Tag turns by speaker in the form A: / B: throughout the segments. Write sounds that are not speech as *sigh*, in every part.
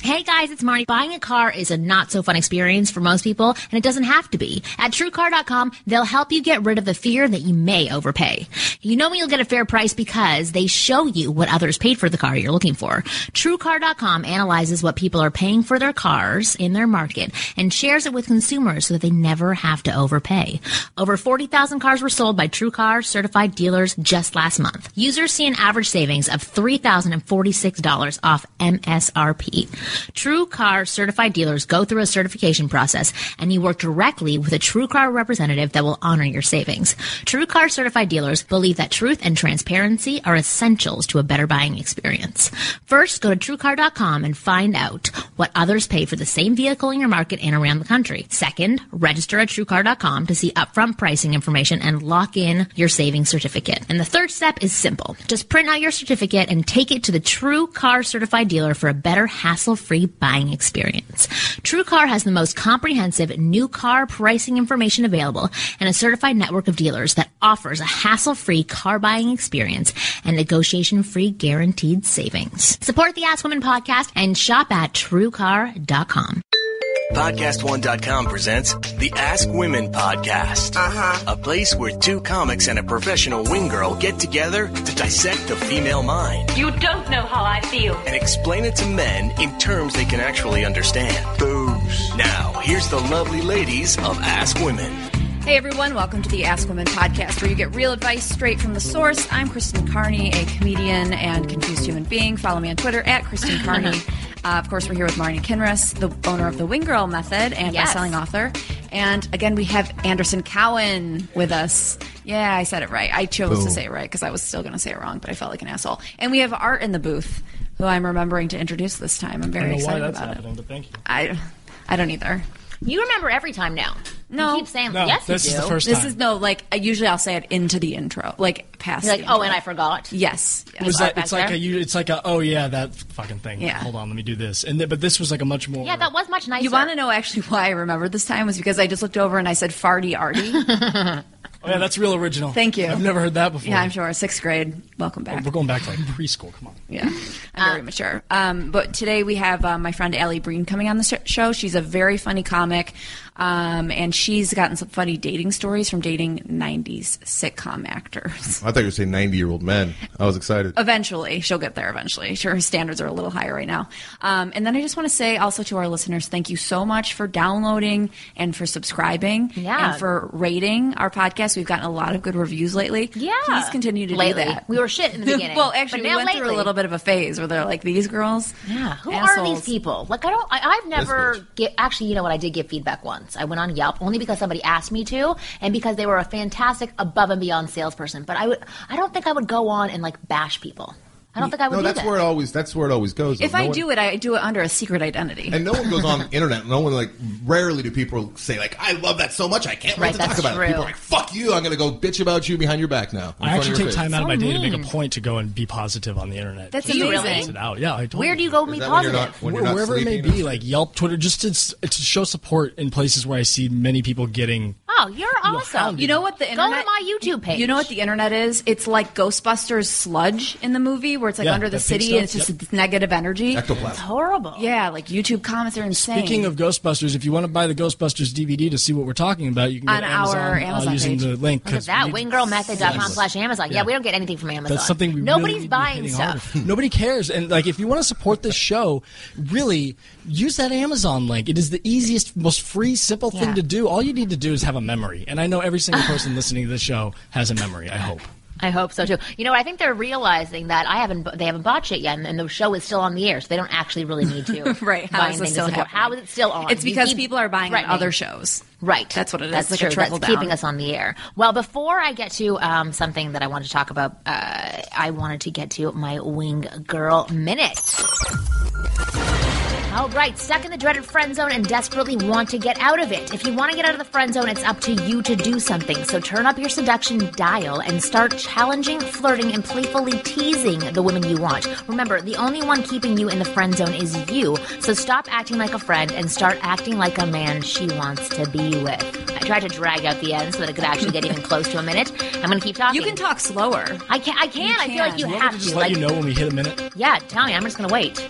A: Hey guys, it's Marty. Buying a car is a not so fun experience for most people, and it doesn't have to be. At TrueCar.com, they'll help you get rid of the fear that you may overpay. You know when you'll get a fair price because they show you what others paid for the car you're looking for. TrueCar.com analyzes what people are paying for their cars in their market and shares it with consumers so that they never have to overpay. Over 40,000 cars were sold by TrueCar certified dealers just last month. Users see an average savings of $3,046 off MSRP. True Car certified dealers go through a certification process and you work directly with a True Car representative that will honor your savings. True Car certified dealers believe that truth and transparency are essentials to a better buying experience. First, go to TrueCar.com and find out what others pay for the same vehicle in your market and around the country. Second, register at TrueCar.com to see upfront pricing information and lock in your savings certificate. And the third step is simple. Just print out your certificate and take it to the True Car certified dealer for a better hassle free buying experience. TrueCar has the most comprehensive new car pricing information available and a certified network of dealers that offers a hassle-free car buying experience and negotiation-free guaranteed savings. Support the Ask Women podcast and shop at truecar.com.
B: Podcast1.com presents the Ask Women Podcast, a place where two comics and a professional wing girl get together to dissect the female mind
C: You don't know how I feel.
B: and explain it to men in terms they can actually understand. Boobs. Now, here's the lovely ladies of Ask Women.
D: Hey everyone, welcome to the Ask Women podcast where you get real advice straight from the source. I'm Kristen Carney, a comedian and confused human being. Follow me on Twitter at Kristen
C: *laughs*
D: Carney. uh, of course, we're here with Marnie Kinross, the owner of the Wing Girl Method and
A: Yes.
D: best-selling author. And again, we have Anderson Cowan with us. Yeah, I said it right. I chose to say it right because I was still going to say it wrong, but I felt like an asshole. And we have Art in the booth, who I'm remembering to introduce this time. I'm very
E: I don't know why
D: excited
E: that's
D: about
E: happening,
D: it.
E: but thank you.
D: I, I don't either.
A: You remember every time now.
D: No.
A: You keep saying,
E: No,
A: yes,
E: this
A: you
E: is
A: do.
E: the first
D: This
E: time.
D: is no like I- usually I'll say it into the intro, like past.
A: You're like,
D: the
A: oh,
D: intro.
A: and I forgot.
D: Yes. yes.
E: was that,
A: back
E: it's like
A: there.
E: a you, it's like a oh yeah that fucking thing.
D: Yeah.
E: Hold on, let me do this. And th- but this was like a much more.
A: Yeah, that was much nicer.
D: you want to know actually why I remembered this time was because I just looked over and I said
A: *laughs*
D: farty arty.
E: Oh, yeah, that's real original.
D: Thank you.
E: I've never heard that before. Oh,
D: yeah, I'm sure. Sixth grade. Welcome back.
E: We're going back to like preschool. Come on.
D: Yeah, I'm
A: Uh,
D: very mature. Um, but today we have uh, my friend Allie Breen coming on the sh- show. She's a very funny comic, um, and she's gotten some funny dating stories from dating '90s sitcom actors.
F: I thought you were saying 90 year old men. I was excited.
D: Eventually, she'll get there. Eventually, sure, her standards are a little higher right now. Um, and then I just want to say also to our listeners, thank you so much for downloading and for subscribing,
A: Yeah.
D: and for rating our podcast. We've gotten a lot of good reviews lately.
A: Yeah.
D: please continue to
A: Lately.
D: do that.
A: We were shit in
D: *laughs*
A: the beginning.
D: well, actually,
A: But
D: we
A: now
D: went through
A: lately.
D: a little bit of a phase where they're like, "These girls,
A: Yeah, who are
D: assholes."
A: these people? Like, I don't, I, I've never
F: Listeners.
A: get, actually, you know what, I did get feedback once. I went on Yelp only because somebody asked me to and because they were a fantastic above and beyond salesperson. But I would, I don't think I would go on and like bash people. I don't think I would
F: No,
A: do
F: that's
A: that.
F: where it always that's where it always goes.
D: If
F: No
D: I
F: one-
D: do it, I do it under a secret identity.
F: and no one goes on the internet. No one like rarely do people say like I love that so much I can't
A: Right,
F: wait to talk
A: that's
F: about
A: true.
F: it. People are like fuck you. I'm gonna go bitch about you behind your back now. in
E: I
F: front of
E: actually
F: your
E: take
F: face.
E: time out of my day to make a point to go and be positive on the internet.
D: That's
E: Just to
A: amazing.
E: balance it out. Yeah, I totally-
A: Where do you go
F: Is
A: be
F: that when
A: positive?
F: you're not, when you're
E: Where-
F: not
E: wherever it may
F: sleeping or
E: be, like Yelp, Twitter, just to, s- to show support in places where I see many people getting.
A: oh, you're awesome.
D: you know what the
A: Go
D: internet?
A: to my YouTube page.
D: You know what the internet is? It's like Ghostbusters sludge in the movie, where it's like
E: Yeah,
D: under the
E: that pink
D: city and it's
E: stuff,
D: just
E: yep.
D: this negative energy.
F: ectoplasm.
A: horrible.
D: Yeah, like YouTube comments are insane.
E: Speaking of Ghostbusters, if you want to buy the Ghostbusters DVD to see what we're talking about, you can go
D: On
E: to
D: our
E: Amazon, uh,
D: Amazon
E: using
D: page.
E: the link.
A: Look at
E: 'cause
A: that,
E: we-
A: winggirlmethod.com
E: Yes.
A: slash Amazon. Yeah.
E: Yeah.
A: we don't get anything from Amazon.
E: That's something we really
A: Nobody's
E: need to be
A: buying
E: hitting
A: stuff.
E: harder. Nobody cares. And like, if you want to support this show, really use that Amazon link. It is the easiest, most free, simple thing
A: Yeah.
E: to do. All you need to do is have a memory. And I know every
A: *sighs*
E: single person listening to this show has a memory. I hope.
A: I hope so too. You know, I think they're realizing that I haven't they haven't bought shit yet, and, and the show is still on the air, so they don't actually really need to
D: *laughs* Right, how
A: buy anything
D: is this
A: to
D: still
A: support.
D: happening?
A: How is it still on?
D: it's
A: You
D: because
A: keep
D: people are buying on
A: threatening.
D: other shows.
A: Right,
D: That's what it is.
A: That's
D: like
A: true.
D: a trickle
A: That's
D: down.
A: keeping us on the air. Well, before I get to um, something that I wanted to talk about, uh, I wanted to get to my wing girl minute. All right, stuck in the dreaded friend zone and desperately want to get out of it. If you want to get out of the friend zone, it's up to you to do something. So turn up your seduction dial and start challenging, flirting, and playfully teasing the women you want. Remember, the only one keeping you in the friend zone is you. So stop acting like a friend and start acting like a man she wants to be with. I tried to drag out the end so that it could actually get even close to a minute. I'm going to keep talking.
D: You can talk slower.
A: I can. I can.
D: You
A: I feel like
D: can.
A: you
D: You
A: have
E: Just
A: to.
E: let
A: Like,
E: you know when we hit a minute.
A: yeah, tell me. I'm just going to wait.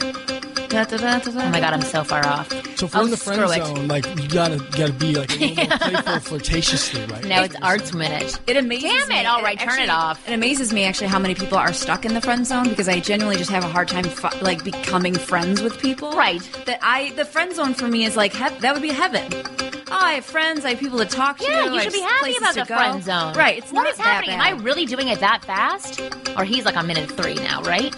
A: Oh my god, I'm so far off.
E: So if we're
A: oh,
E: in the friend
A: screw it.
E: zone, like you gotta gotta
A: *laughs*
E: be like a little more playful, flirtatiously, right?
A: No, it's arts minute.
D: It amazes
A: Damn
D: me.
A: it! All right, turn
D: actually-
A: it off.
D: It amazes me actually how many people are stuck in the friend zone because I genuinely just have a hard time fi- like becoming friends with people.
A: Right.
D: That I the friend zone for me is like hev- that would be heaven. Oh, I have friends. I have people to talk to.
A: Yeah, you
D: I
A: should
D: have
A: be happy
D: places
A: about
D: to
A: the
D: go.
A: friend zone.
D: Right. It's
A: what
D: not
A: is happening?
D: That
A: Am
D: bad.
A: I really doing it that fast? Or he's like on minute three now, right?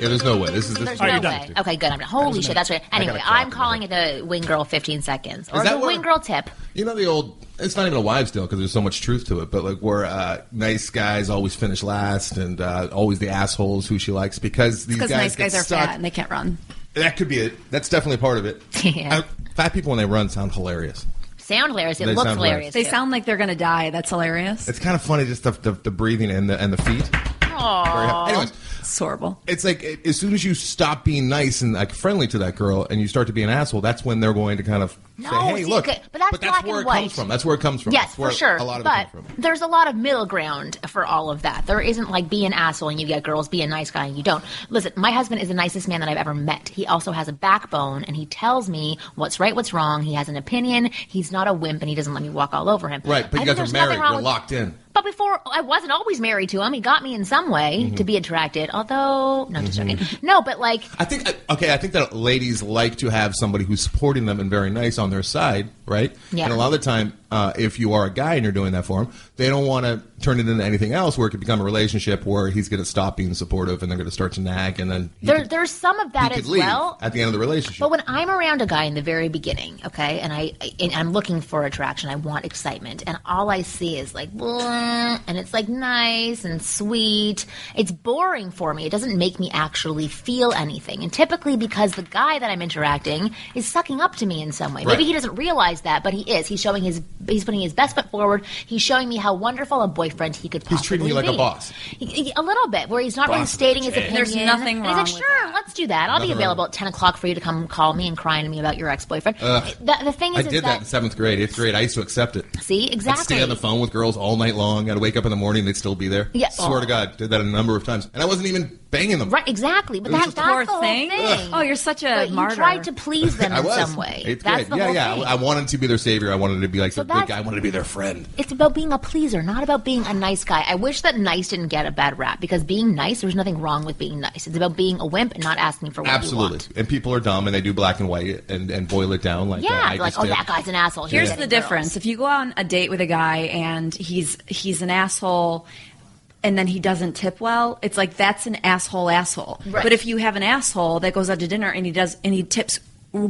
F: Yeah, there's no way. This is this
A: There's
F: is
A: no
F: what
A: way.
F: we do.
A: Okay, good. I'm holy shit. That's right. Anyway,
F: gotta
A: I'm
F: clap.
A: calling it the wing girl 15 seconds or
F: that
A: the
F: what-
A: wing girl tip.
F: You know the old. It's not even a wives' tale because there's so much truth to it. But like, where uh, nice guys always finish last, and uh, always the assholes who she likes because these
D: because
F: guys
D: nice
F: get
D: guys are
F: stuck.
D: fat and they can't run.
F: That could be it. That's definitely part of it.
A: *laughs* Yeah.
F: I- fat people when they run sound hilarious.
A: Sound hilarious. It
F: They
A: looks hilarious.
F: sound hilarious.
D: They
A: too.
D: sound like they're gonna die. That's hilarious.
F: It's kind of funny just the, the, the breathing and the and the feet. Aww. Anyways,
D: It's horrible.
F: it's like a- as soon as you stop being nice and like friendly to that girl, and you start to be an asshole, that's when they're going to kind of
A: No,
F: say, "Hey,
A: see,
F: look."
A: okay, but that's black
F: where
A: and
F: it
A: white.
F: comes from. That's where it comes from.
A: Yes,
F: That's where
A: for sure.
F: A lot of
A: but
F: it comes from.
A: there's a lot of middle ground for all of that. There isn't like be an asshole and you get girls, be a nice guy and you don't. Listen, my husband is the nicest man that I've ever met. He also has a backbone and he tells me what's right, what's wrong. He has an opinion. He's not a wimp and he doesn't let me walk all over him.
F: Right, but
A: I
F: you
A: think
F: guys
A: there's
F: are
A: nothing
F: married.
A: wrong
F: You're
A: with-
F: locked in.
A: But before, I wasn't always married to him. He got me in some way
F: Mm-hmm.
A: to be attracted. Although, no, I'm just joking. No, but like,
F: I think okay. I think that ladies like to have somebody who's supporting them and very nice on their side, right?
A: Yeah.
F: And a lot of the time, uh, if you are a guy and you're doing that for them, they don't want to turn it into anything else where it could become a relationship where he's going to stop being supportive and they're going to start to nag, and then he
A: there,
F: could-
A: there's some of that
F: he could
A: as
F: leave
A: well.
F: at the end of the relationship.
A: But when I'm around a guy in the very beginning, okay, and I and I'm looking for attraction, I want excitement, and all I see is like, blah, and it's like nice and sweet. It's boring for me. It doesn't make me actually feel anything. And typically, because the guy that I'm interacting is sucking up to me in some way. Maybe
F: Right.
A: he doesn't realize that, but he is. He's showing his he's putting his best foot forward. He's showing me how wonderful a boyfriend he could possibly
F: He's treating you like a
A: be.
F: boss.
A: He- he- A little bit, where he's not really
F: Boss of
A: stating
F: the
A: his
F: day.
A: opinion.
D: There's nothing
A: And he's
D: wrong
A: like,
D: with
A: sure,
D: that.
A: let's do that. I'll be
F: Nothing wrong
A: available at 10 o'clock for you to come call me and crying to me about your ex-boyfriend. The, the thing is,
F: I
A: is
F: did that, in seventh grade, eighth grade. I used to accept it.
A: See,
F: I'd stay
A: exactly.
F: on the phone with girls all night long. I'd wake up in the morning, they'd still be there.
A: Yeah.
F: Swear to God, did that a number of times, and I wasn't even banging them.
A: Right, exactly. But
F: It was
A: that,
F: just
A: that's
D: Poor
A: the whole
D: thing.
A: thing.
D: Oh, you're such a
A: But
D: martyr.
A: You tried to please them
F: *laughs* I
A: in
F: was
A: some way.
F: Eighth
A: that's
F: grade.
A: the
F: yeah,
A: whole
F: yeah.
A: thing.
F: I I wanted to be their savior. I wanted to be like the
A: that's-
F: good guy. I wanted to be their friend.
A: it's about being a pleaser, not about being a nice guy. I wish that nice didn't get a bad rap because being nice, there's nothing wrong with being nice. It's about being a wimp and not asking for what you
F: Absolutely.
A: want.
F: And people are dumb and they do black and white and, and boil it down like
A: Yeah,
F: that. I
A: they're like,
F: just
A: oh,
F: did.
A: that guy's an asshole. He's
D: Here's
A: getting
D: the
A: girls."
D: difference. If you go on a date with a guy and he's he's an asshole and then he doesn't tip well, it's like that's an asshole asshole.
A: Right.
D: But if you have an asshole that goes out to dinner and he does and he tips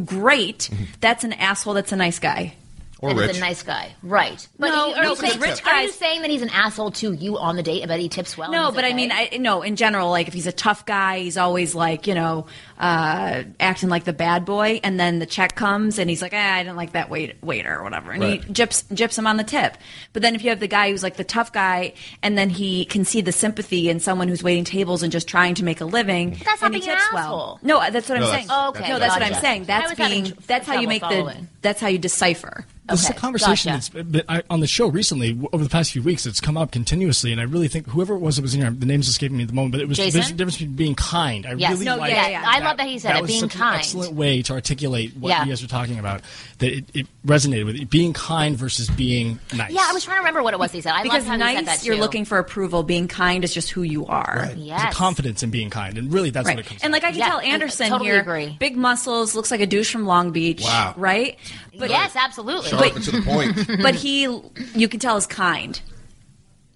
D: great, that's an asshole that's a nice guy.
F: Or
A: And he's
F: rich.
A: a nice guy, right? But
D: No,
A: you- are
D: no,
A: you
D: 'cause
A: saying,
D: rich
A: are you
D: guys-
A: saying that he's an asshole to you on the date? But he tips well. and
D: No,
A: he's
D: but I
A: okay?
D: mean, I no. In general, like if he's a tough guy, he's always like you know uh, acting like the bad boy, and then the check comes and he's like, ah, I didn't like that wait, waiter or whatever, and he
F: Right.
D: gyps gyps him on the tip. But then if you have the guy who's like the tough guy, and then he can see the sympathy in someone who's waiting tables and just trying to make a living,
A: That's not
D: and he
A: being an
D: tips
A: asshole.
D: well. No, that's what
F: No,
D: I'm
F: that's-
D: saying.
F: Oh,
A: okay,
D: no, that's what
A: gotcha.
D: I'm saying.
A: I
D: That's
A: was having
D: being
A: tr-
D: that's how you
A: trouble
D: make the
A: following.
D: that's how you decipher.
E: This is
A: Okay,
E: a conversation
A: gotcha.
E: that's been I, on the show recently w- over the past few weeks. It's come up continuously, and I really think whoever it was that was in here, the name's escaping me at the moment, but it was
A: Jason?
E: there's a difference between being kind. I
A: Yes.
E: really
A: No,
E: like
A: yeah, yeah. I love that he said it,
E: was
A: being
E: such an
A: kind.
E: excellent way to articulate what
A: Yeah.
E: you guys were talking about. That it, it resonated with it, being kind versus being nice.
A: yeah, I was trying to remember what it was he said. I
D: Because
A: love how he said that
D: nice, you're
A: too.
D: looking for approval. Being kind is just who you are.
E: There's a
A: yes.
E: confidence in being kind, and really that's
D: Right.
E: what it comes.
D: And
E: down
D: like I can
A: Yeah,
D: tell
A: I- I
D: Anderson
A: totally
D: here,
A: agree.
D: big muscles, looks like a douche from Long Beach.
F: Wow.
D: Right? But
A: Yes, absolutely. *laughs*
D: *laughs*
F: Sharp and to the point.
D: but he you can tell is kind.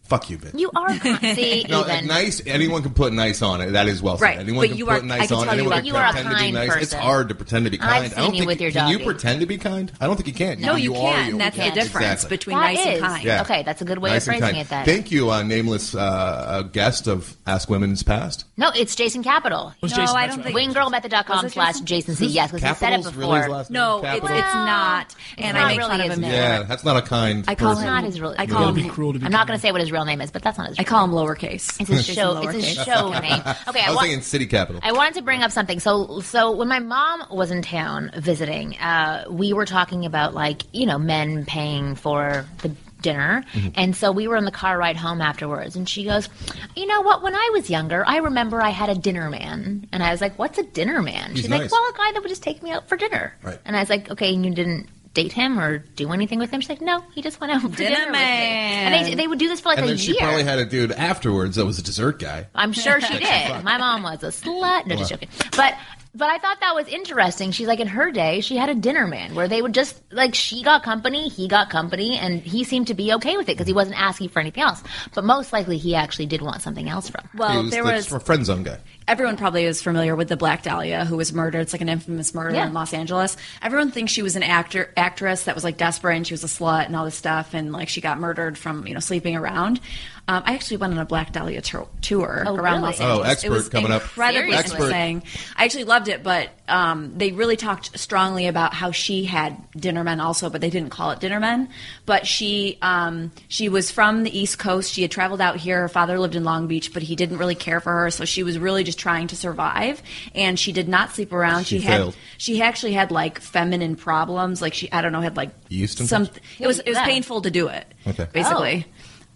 F: Fuck you, bitch.
A: You are con- see
F: *laughs* No,
A: even.
F: nice. Anyone can put nice on it. That is well said.
D: Right,
F: Anyone
D: but
F: can
D: you
F: put
D: are- I
F: nice
D: can
F: on.
D: tell you
F: Anyone
D: are-
F: can
D: you
A: are a
F: pretend to be
A: kind
F: nice. It's
A: person.
F: hard to pretend to be kind. I
A: seen
F: don't
A: you
F: think
A: with your
F: can you
A: doggy.
F: pretend to be kind. I don't think you can.
D: No, you
F: are
D: can't.
F: you.
D: And that's
F: Yeah,
D: the difference
F: exactly.
D: between
A: That
D: nice and
A: is.
D: kind.
F: Yeah.
A: Okay, that's a good way
F: Nice
A: of
F: and
A: phrasing
F: kind.
A: it. Then
F: Thank you, uh, nameless uh, uh, guest of Ask Women's Past.
A: no, it's Jason Capital.
E: It was
D: No,
E: Jason,
D: I
E: that's
D: don't
E: right.
D: think- Was
A: Winggirlmethod.com
D: it
A: slash
D: Jason?
A: Jason C. Yes, because I said it
F: Capitals
A: before.
F: really his last name?
D: No, it's, it's
F: Capital?
D: not. And I
A: Not
D: make
A: really,
D: fun of him.
A: is it?
F: Yeah, that's not a kind.
D: I call
A: It's
F: person.
D: him.
A: not his real.
D: I call
E: It'd be
D: him.
E: cruel to be
A: I'm not going to say what his real name is, but that's not his.
D: I
A: real
D: call him lowercase.
A: *laughs* It's his
D: Jason
A: show. It's his
D: lowercase.
A: show name. Okay,
F: I was
A: wa-
F: thinking city capital.
A: I wanted to bring up something. So, so when my mom was in town visiting, uh, we were talking about like you know men paying for the dinner,
F: Mm-hmm.
A: and so we were in the car ride home afterwards, and she goes, "You know what? When I was younger, I remember I had a dinner man," and I was like, "What's a dinner man?" She's like,
F: nice.
A: "Well, a guy that would just take me out for dinner,"
F: Right.
A: and I was like, "Okay, and you didn't." Date him or do anything with him? She's like, no, he just went out for dinner,
D: Dinner
A: with me.
D: man.
A: And they, they would do this for like
F: and
A: a
F: then
A: year.
F: she probably had a dude afterwards that was a dessert guy.
A: I'm sure *laughs* she did. My mom was a slut. No, just joking. But but I thought that was interesting. She's like in her day, she had a dinner man where they would just like she got company, he got company, and he seemed to be okay with it because he wasn't asking for anything else. But most likely, he actually did want something else from her.
F: he
D: Well,
F: was
D: there
F: the
D: was
F: friend zone guy.
D: everyone probably is familiar with the Black Dahlia who was murdered. It's like an infamous murder
A: Yeah.
D: in Los Angeles. Everyone thinks she was an actor actress that was like desperate and she was a slut and all this stuff and like she got murdered from you know sleeping around. Um, I actually went on a Black Dahlia tour tour
A: Oh,
D: around
A: really?
D: Los
A: Oh,
D: Angeles.
F: expert
D: it was
F: coming up.
D: incredibly
A: Seriously?
F: Expert.
D: thing. I actually loved it, but um, they really talked strongly about how she had dinner men also, but they didn't call it dinner men. But she um, she was from the East Coast. She had traveled out here. Her father lived in Long Beach, but he didn't really care for her, so she was really just trying to survive. And she did not sleep around.
F: She
D: had
F: failed.
D: she actually had like feminine problems. Like she I don't know had like
F: Yeast and
D: some.
F: such?
D: It was it was
A: Yeah. Oh.
D: painful to do it.
F: Okay.
D: basically.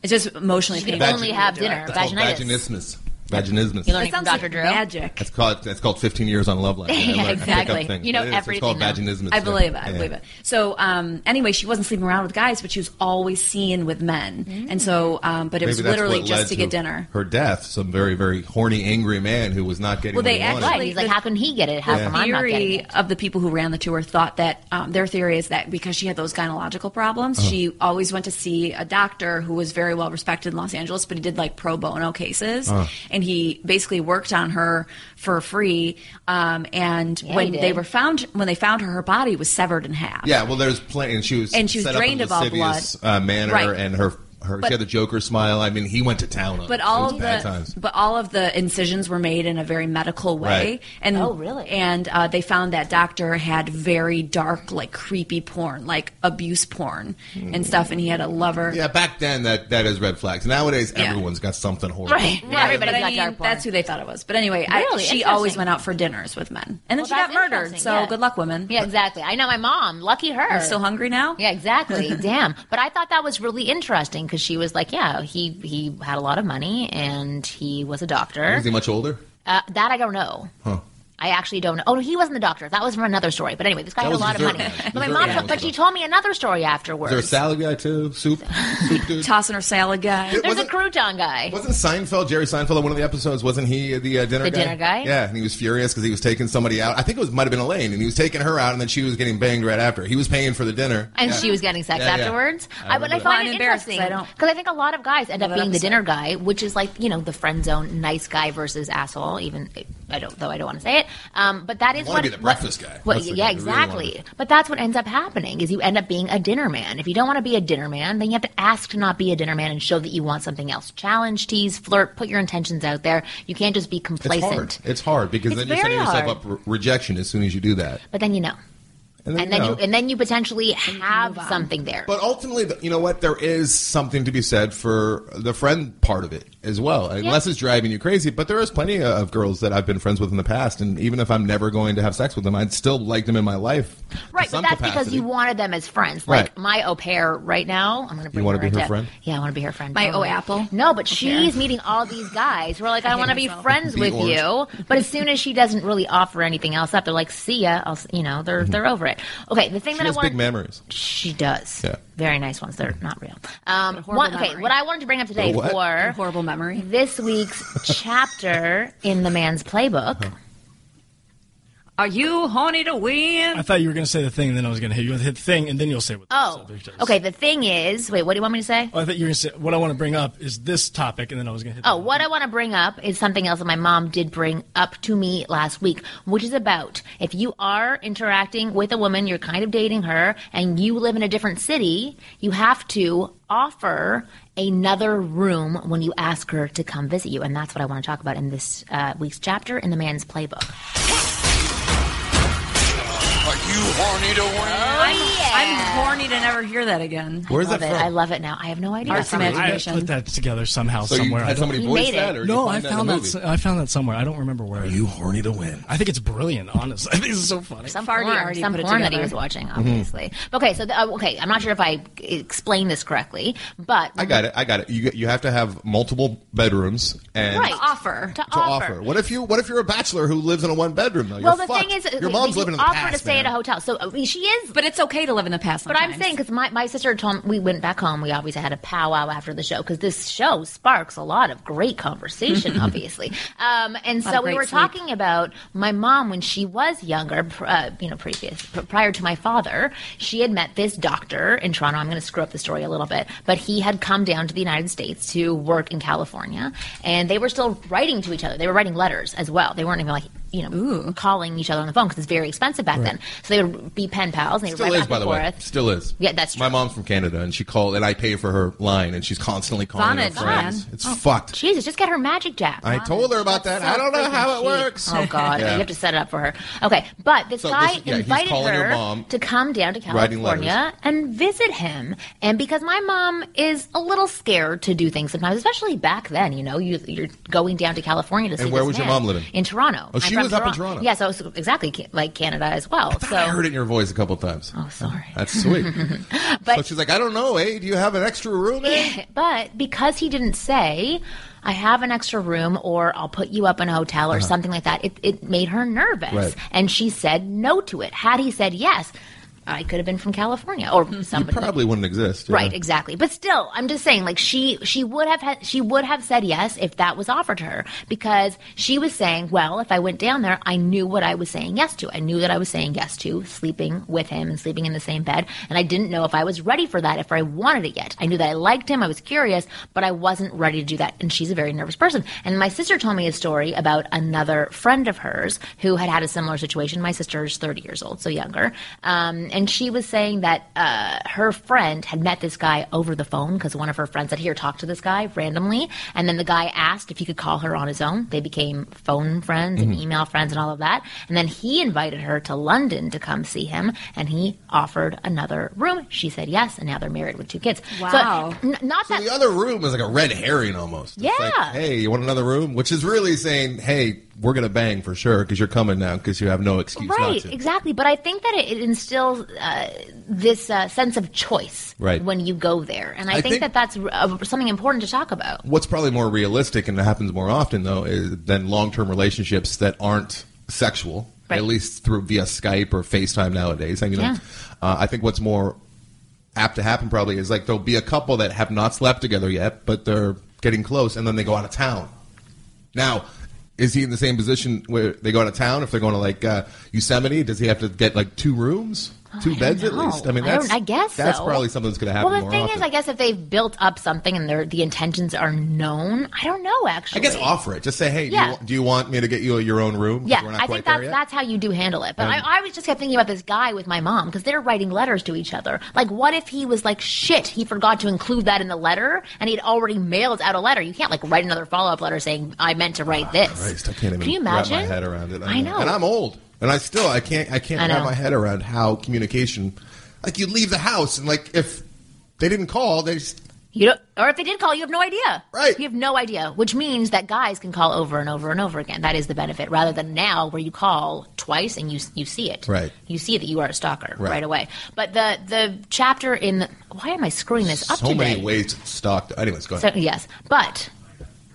D: It's just emotionally
A: She could
D: painful.
A: only
D: to
A: have
D: do it.
A: dinner.
F: That's called
A: Vaginitis.
F: vaginismus. Vaginismus.
A: You learning
D: That
A: from
D: sounds
A: Dr.
D: like
A: Drew?
D: magic.
F: It's called it's called 15 years on Love Line. I learned- I pick up
A: exactly.
F: things.
A: You know
F: It is. It's called
A: everything now.
F: vaginismus.
D: I believe it. I
F: Yeah.
D: believe it. So um, anyway, she wasn't sleeping around with guys, but she was always seen with men, and so um, but it
F: Maybe
D: was
F: that's
D: literally
F: what
D: just
F: led
D: to get dinner.
F: Her death. Some very very horny angry man who was not getting.
D: Well, they
F: what he wanted.
D: actually-
A: Right? He's like,
D: The-
A: how can he get it? How come I'm not getting
D: Theory
A: it?
D: of the people who ran the tour thought that um, their theory is that because she had those gynecological problems,
F: Uh-huh.
D: she always went to see a doctor who was very well respected in Los Angeles, but he did like pro bono cases,
F: Uh-huh.
D: and he basically worked on her for free. Um, and
A: Yeah,
D: when
A: he
D: they
A: did.
D: were found, when they found her, her body was severed in half.
F: Yeah. Well, there's plenty. And she was
D: And she was
F: set up in
D: drained
F: a
D: of all
F: lascivious,
D: blood.
F: Uh, manner
D: Right.
F: and her. Her, she
D: But-
F: had the Joker smile. I mean, he went to town on.
D: But
F: it.
D: all
F: It was
D: of
F: bad
D: the
F: times.
D: but all of the incisions were made in a very medical way,
F: Right.
D: and
A: Oh, really?
D: And uh, they found that doctor had very dark, like creepy porn, like abuse porn and stuff, and he had a lover. *laughs*
F: yeah, back then that that is red flags. Nowadays,
D: Yeah.
F: everyone's got something horrible.
A: Right.
D: Yeah,
A: Everybody's
D: but I
A: got
D: mean,
A: dark porn.
D: That's who they thought it was. But anyway,
A: Really?
D: I, she
A: Interesting.
D: always went out for dinners with men, and then
A: Well,
D: she got
A: that's
D: murdered.
A: interesting,
D: So
A: yeah.
D: good luck, women.
A: Yeah, exactly. I know my mom. Lucky her.
D: I'm still hungry now.
A: Yeah,
D: *laughs*
A: exactly. Damn. But I thought that was really interesting because she was like, yeah, he he had a lot of money and he was a doctor.
F: Is he much older?
A: Uh, that I don't know. I actually don't know. Oh, no, he wasn't the doctor. That was from another story. But anyway, this guy
F: That
A: had a
F: was
A: lot of
F: dessert
A: money.
F: man.
A: But my
F: Dessert
A: mom,
F: man was
A: but
F: the
A: she
F: doctor.
A: told me another story afterwards.
F: Is there a salad guy too? Soup,
D: *laughs*
F: soup dude.
D: Tossing her salad guy.
A: There's
F: Wasn't-
A: a crouton guy.
F: Wasn't Seinfeld Jerry Seinfeld on one of the episodes? Wasn't he the uh, dinner
A: The
F: guy?
A: dinner guy?
F: Yeah, and he was furious because he was taking somebody out. I think it was might have been Elaine, and he was taking her out, and then she was getting banged right after. He was paying for the dinner,
A: And
F: Yeah.
A: she was getting sex
F: Yeah, yeah.
A: afterwards.
F: I
A: I, but I find
F: remember
D: that.
A: it
D: I'm embarrassed
A: interesting
D: 'cause I don't-
A: because I think a lot of guys end up
D: Well,
A: being the
D: that's-
A: dinner guy, which is like you know the friend zone nice guy versus asshole. Even I don't though I don't want to say it. Um, but that is
F: wanna
A: what
F: be the breakfast guy.
A: What,
F: That's the
A: yeah,
F: guy you really wanna
A: exactly.
F: be.
A: but that's what ends up happening is you end up being a dinner man. If you don't want to be a dinner man, then you have to ask to not be a dinner man and show that you want something else. Challenge, tease, flirt, put your intentions out there. You can't just be
F: It's
A: complacent.
F: hard. It's hard because
A: It's
F: then you're setting
A: very
F: yourself
A: hard.
F: up for rejection as soon as you do that.
A: But then you know, and then
F: know.
A: you and then you potentially have something there.
F: But ultimately, th- you know what? There is something to be said for the friend part of it as well, unless it's driving you crazy. But there is plenty of girls that I've been friends with in the past, and even if I'm never going to have sex with them, I'd still like them in my life. to
A: Right, but
F: some
A: that's because
F: capacity.
A: you wanted them as friends. Like
F: Right.
A: my au pair right now, I'm going to bring
F: wanna
A: her
F: be
A: right
F: her
A: up.
F: friend?
A: Yeah, I want to be her friend.
D: My
A: totally.
D: au apple?
A: No, but
D: Au
A: she's
D: pair.
A: meeting all these guys who are like, I, want to be
D: myself.
A: friends
F: Be
A: with
F: orange.
A: you. But as soon as she doesn't really offer anything else up, they're like, see ya. I'll, s- you know, they're they're over it. Okay, the thing
F: Mm-hmm. She
A: that I
F: has
A: want
F: big memories.
A: she does.
F: Yeah.
A: Very nice ones. They're not real. Um,
D: horrible
A: one- okay,
D: memory.
A: what I wanted to bring up today
F: The what?
A: for
D: Horrible memory.
F: *laughs* Uh-huh.
A: this week's chapter in the man's playbook
C: Are you horny to
E: I
C: win?
E: thought you were going to say the thing, and then I was going to hit you with the thing, and then you'll say what. the
A: Oh,
E: subject is.
A: okay. The thing is, wait, what do you want me to say?
E: Well, I thought you were going to say what I want to bring up is this topic, and then I was going to hit.
A: Oh, what I want to bring up is something else that my mom did bring up to me last week, which is about if you are interacting with a woman, you're kind of dating her, and you live in a different city, you have to offer another room when you ask her to come visit you. And that's what I want to talk about in this uh, week's chapter in the man's playbook.
G: Are you horny to win?
D: I'm, I'm horny to never hear that again.
F: Where's
A: Love
F: that
A: it.
F: from?
A: I love it now. I have no idea.
D: Arts and
E: I
D: education.
E: put that together somehow,
F: so you
E: somewhere. I
F: had
E: don't-
F: somebody
A: You
F: voice
A: made
F: that,
A: it.
F: or
E: no,
F: you
E: I
F: find
E: found
F: that.
E: that.
F: in the
E: so- I found that somewhere. I don't remember where.
F: movie? you horny to win?
E: I think it's brilliant. Honestly, *laughs* I think it's so funny.
A: some
D: Farty
A: porn,
D: already
A: some
D: put it
A: porn that he
D: together.
A: was watching,
F: Mm-hmm.
A: obviously. Okay, so the, uh, okay, I'm not sure if I explained this correctly, but
F: I got it. I got it. You you have to have multiple bedrooms and
A: Right.
D: Offer.
A: to,
F: to offer. What if you? What if you're a bachelor who lives in a one bedroom though?
A: Well,
F: You're
A: the thing
F: fucked.
A: is,
F: your
A: we-
F: mom's
A: we
F: living in the
A: offer
F: past,
A: to stay
F: man.
A: at a hotel, so uh, she is.
D: But it's okay to live in the past.
A: But I'm
D: sometimes.
A: saying because my, my sister told we went back home. We obviously had a powwow after the show because this show sparks a lot of great
D: *laughs*
A: conversation, obviously. Um, and
D: lot
A: so
D: of
A: we
D: great
A: were
D: sleep.
A: talking about my mom when she was younger, pr- uh, you know, previous pr- prior to my father. She had met this doctor in Toronto. I'm going to screw up the story a little bit, but he had come down to the United States to work in California, and they were still writing to each other. They were writing letters as well. They weren't even like you know calling each other on the phone because it's very expensive back then. So they would be pen pals. And they would
F: Still
A: write
F: is,
A: back
F: by
A: and
F: the way.
A: forth.
F: Still is.
A: Yeah, that's true.
F: My mom's from Canada, and she called, and I pay for her line, and she's constantly calling her
D: Vonage,
F: friends.
D: man.
F: It's
A: Oh.
F: fucked.
A: Jesus, just get her magic jack.
F: I told her about that. I don't know how it works.
A: Oh God!
F: *laughs* Yeah.
A: You have to set it up for her. Okay, but this
F: So this-
A: guy
F: yeah, he's
A: invited
F: calling your
A: her
F: mom,
A: to come down to
F: writing letters.
A: California and visit him. And because my mom is a little scared to do things sometimes, especially back then, you know, you, you're going down to California to see.
F: where
A: this
F: was your
A: man.
F: mom living?
A: In Toronto.
F: Oh, she
A: I'm from
F: was up in Toronto.
A: Yeah, so it's exactly ca- like Canada as well.
F: I thought
A: so
F: I heard it in your voice a couple times.
A: Oh, sorry.
F: That's
A: *laughs*
F: sweet.
A: But-
F: so she's like, I don't know, eh? Do you have an extra room, eh?
A: *laughs* But because he didn't say, I have an extra room or I'll put you up in a hotel or something like that, it, it made her nervous.
F: Uh-huh. Right.
A: And she said no to it. Had he said yes, I could have been from California or somebody.
F: Probably wouldn't exist. yeah.
A: Right, exactly. But still, I'm just saying, like she she would have had she would have said yes if that was offered to her because she was saying, well, if I went down there, I knew what I was saying yes to. I knew that I was saying yes to sleeping with him and sleeping in the same bed, and I didn't know if I was ready for that, if I wanted it yet. I knew that I liked him, I was curious, but I wasn't ready to do that. And she's a very nervous person. And my sister told me a story about another friend of hers who had had a similar situation. My sister's 30 years old, so younger, um, and she was saying that her friend had met this guy over the phone because one of her friends said, Here, talk to this guy randomly. And then the guy asked if he could call her on his own. They became phone friends
F: Mm-hmm.
A: and email friends and all of that. And then he invited her to London to come see him and he offered another room. She said yes. And now they're married with two kids.
D: Wow.
A: So, n- not that.
F: The other room is like a red herring almost. It's like,
A: Yeah.
F: hey, you want another room? Which is really saying, hey, we're going to bang for sure because you're coming now because you have no excuse not
A: Right,
F: to.
A: exactly. But I think that it, it instills uh, this uh, sense of choice
F: Right.
A: when you go there, and I,
F: I
A: think,
F: think-
A: that that's uh, something important to talk about.
F: What's probably more realistic and happens more often, though, is than long term relationships that aren't sexual,
A: Right.
F: at least through via Skype or FaceTime nowadays. I, mean,
A: Yeah.
F: uh, I think what's more apt to happen probably is like there'll be a couple that have not slept together yet, but they're getting close, and then they go out of town. Now, is he in the same position where they go out of town if they're going to like uh, Yosemite? Does he have to get like two rooms, two
A: Oh, I don't
F: beds at
A: know.
F: least? I mean,
A: I don't-
F: that's
A: I guess
F: that's
A: so.
F: probably something that's going to happen.
A: Well, the
F: more
A: thing
F: often.
A: is, I guess if they've built up something and their the intentions are known, I don't know.
F: I
A: Actually,
F: guess offer it. Just say, hey, do,
A: Yeah.
F: you, do you want me to get you your own room? 'Cause
A: Yeah,
F: we're not
A: I
F: quite
A: think
F: there
A: that's
F: yet?
A: that's how you do handle it. But
F: Um,
A: I, I was just kept thinking about this guy with my mom because they're writing letters to each other. Like, what if he was like, shit, he forgot to include that in the letter, and he'd already mailed out a letter. You can't like write another follow up letter saying I meant to write this.
F: Ah, Christ, I can't even
A: Can you imagine?
F: wrap my head around it.
A: I know.
F: and I'm old, and I still I can't I can't
A: I know.
F: wrap my head around how communication, like you leave the house and like if they didn't call, they just
A: You don't, or if they did call, you have no idea.
F: Right.
A: You have no idea, which means that guys can call over and over and over again. That is the benefit, rather than now where you call twice and you you see it.
F: Right.
A: You see that you are a stalker
F: Right.
A: right, away. But the the chapter in the, why am I screwing this up
F: so
A: today?
F: many ways to stalk. Anyways, go
A: So
F: ahead.
A: yes, but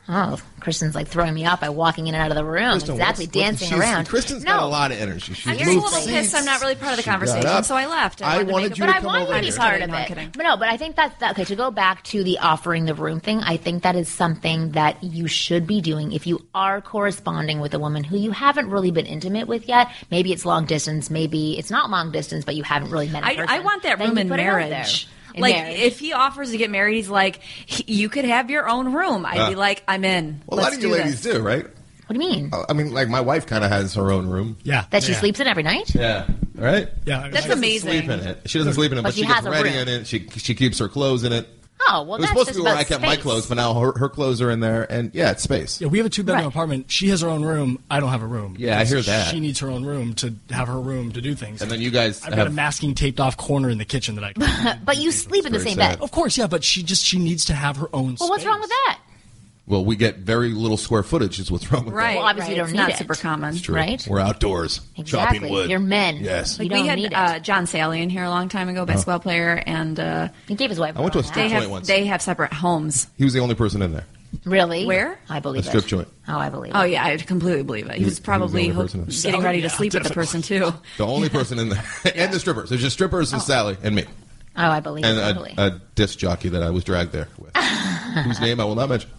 A: Oh, Kristen's like throwing me off by walking in and out of the room.
F: Kristen,
A: exactly,
F: what's- what-
A: dancing
F: she's-
A: around.
F: Kristen's
A: no,
F: got a lot of energy. She's
D: I'm just a
F: moved
D: little
F: seats.
D: pissed. I'm not really part of the
F: She got
D: conversation,
F: up.
D: so I left.
F: I,
D: I wanted to
F: wanted you
A: But
F: to
A: I
F: come
A: want
F: over
A: you to be
F: here.
A: part
D: kidding,
A: of
D: no, I'm
A: it.
D: kidding.
A: But no, but I think that's that. Okay, to go back to the offering the room thing, I think that is something that you should be doing if you are corresponding with a woman who you haven't really been intimate with yet. Maybe it's long distance, maybe it's not long distance, but you haven't really met. in
D: I, I
A: person.
D: want that
A: Then
D: room
A: you
D: in
A: put it out
D: marriage.
A: there. In
D: like
A: marriage.
D: if he offers to get married, he's like, "He- you could have your own room. I'd be like, I'm in.
F: Well, a lot
D: Let's
F: of you
D: do
F: ladies
D: this.
F: do, right?
A: what do you mean?
F: I mean, like my wife kind of has her own room.
E: Yeah.
A: that she
E: yeah.
A: sleeps in every night?
F: Yeah. Right.
E: Yeah. I mean,
D: That's
E: like,
D: amazing.
F: Sleep in it. She doesn't sleep in it, but,
A: she
F: she,
A: has
F: gets
A: a
F: ready
A: room.
F: in it. She she keeps her clothes in it.
A: Oh well,
F: it was
A: that's
F: supposed
A: just
F: to be where
A: about
F: I kept my
A: space.
F: clothes, but now her, her clothes are in there, and yeah, it's space.
E: Yeah, we have a two bedroom
A: Right.
E: apartment. She has her own room. I don't have a room.
F: Yeah, I hear
E: Because
F: that.
E: She needs her own room to have her room to do things.
F: And then you guys
E: I've got a
F: have
E: masking taped off corner in the kitchen that
A: *laughs*
E: I.
A: But you sleep in the
F: very
A: same
F: sad.
A: bed. Oh,
E: of course, yeah, but she just she needs to have her own.
A: Well, what's wrong with that?
F: well, we get very little square footage. Is what's wrong with
D: Right.
F: That.
A: Well, obviously you
D: right.
A: don't
D: it's
A: need
D: not
A: it.
D: super common.
F: True.
A: Right?
F: We're outdoors,
A: Exactly.
F: chopping wood.
A: You're men.
F: Yes.
A: You
D: we
A: don't
D: had
A: need it.
D: uh, John Sally in here a long time ago, basketball player, and uh,
A: he gave his wife.
F: I went to a
A: one
D: they
F: strip
A: out.
F: joint
D: have
F: once.
D: they have separate homes.
F: He was the only person in there.
A: Really?
D: Where?
A: I
F: A
A: believe it.
F: strip joint.
A: Oh, I believe.
D: Oh
A: it.
D: yeah, I completely believe it. He was
F: He- he was the
D: probably
F: only
D: ho-
F: person.
D: getting ready to
E: Yeah,
D: sleep with the person
E: definitely.
D: too.
F: The only person in there, *laughs* and the strippers. There's just strippers and Sally and me,
A: Oh, I believe
F: and
A: it. Totally.
F: a, a disc jockey that I was dragged there
A: *laughs*
F: with, whose name I will not mention.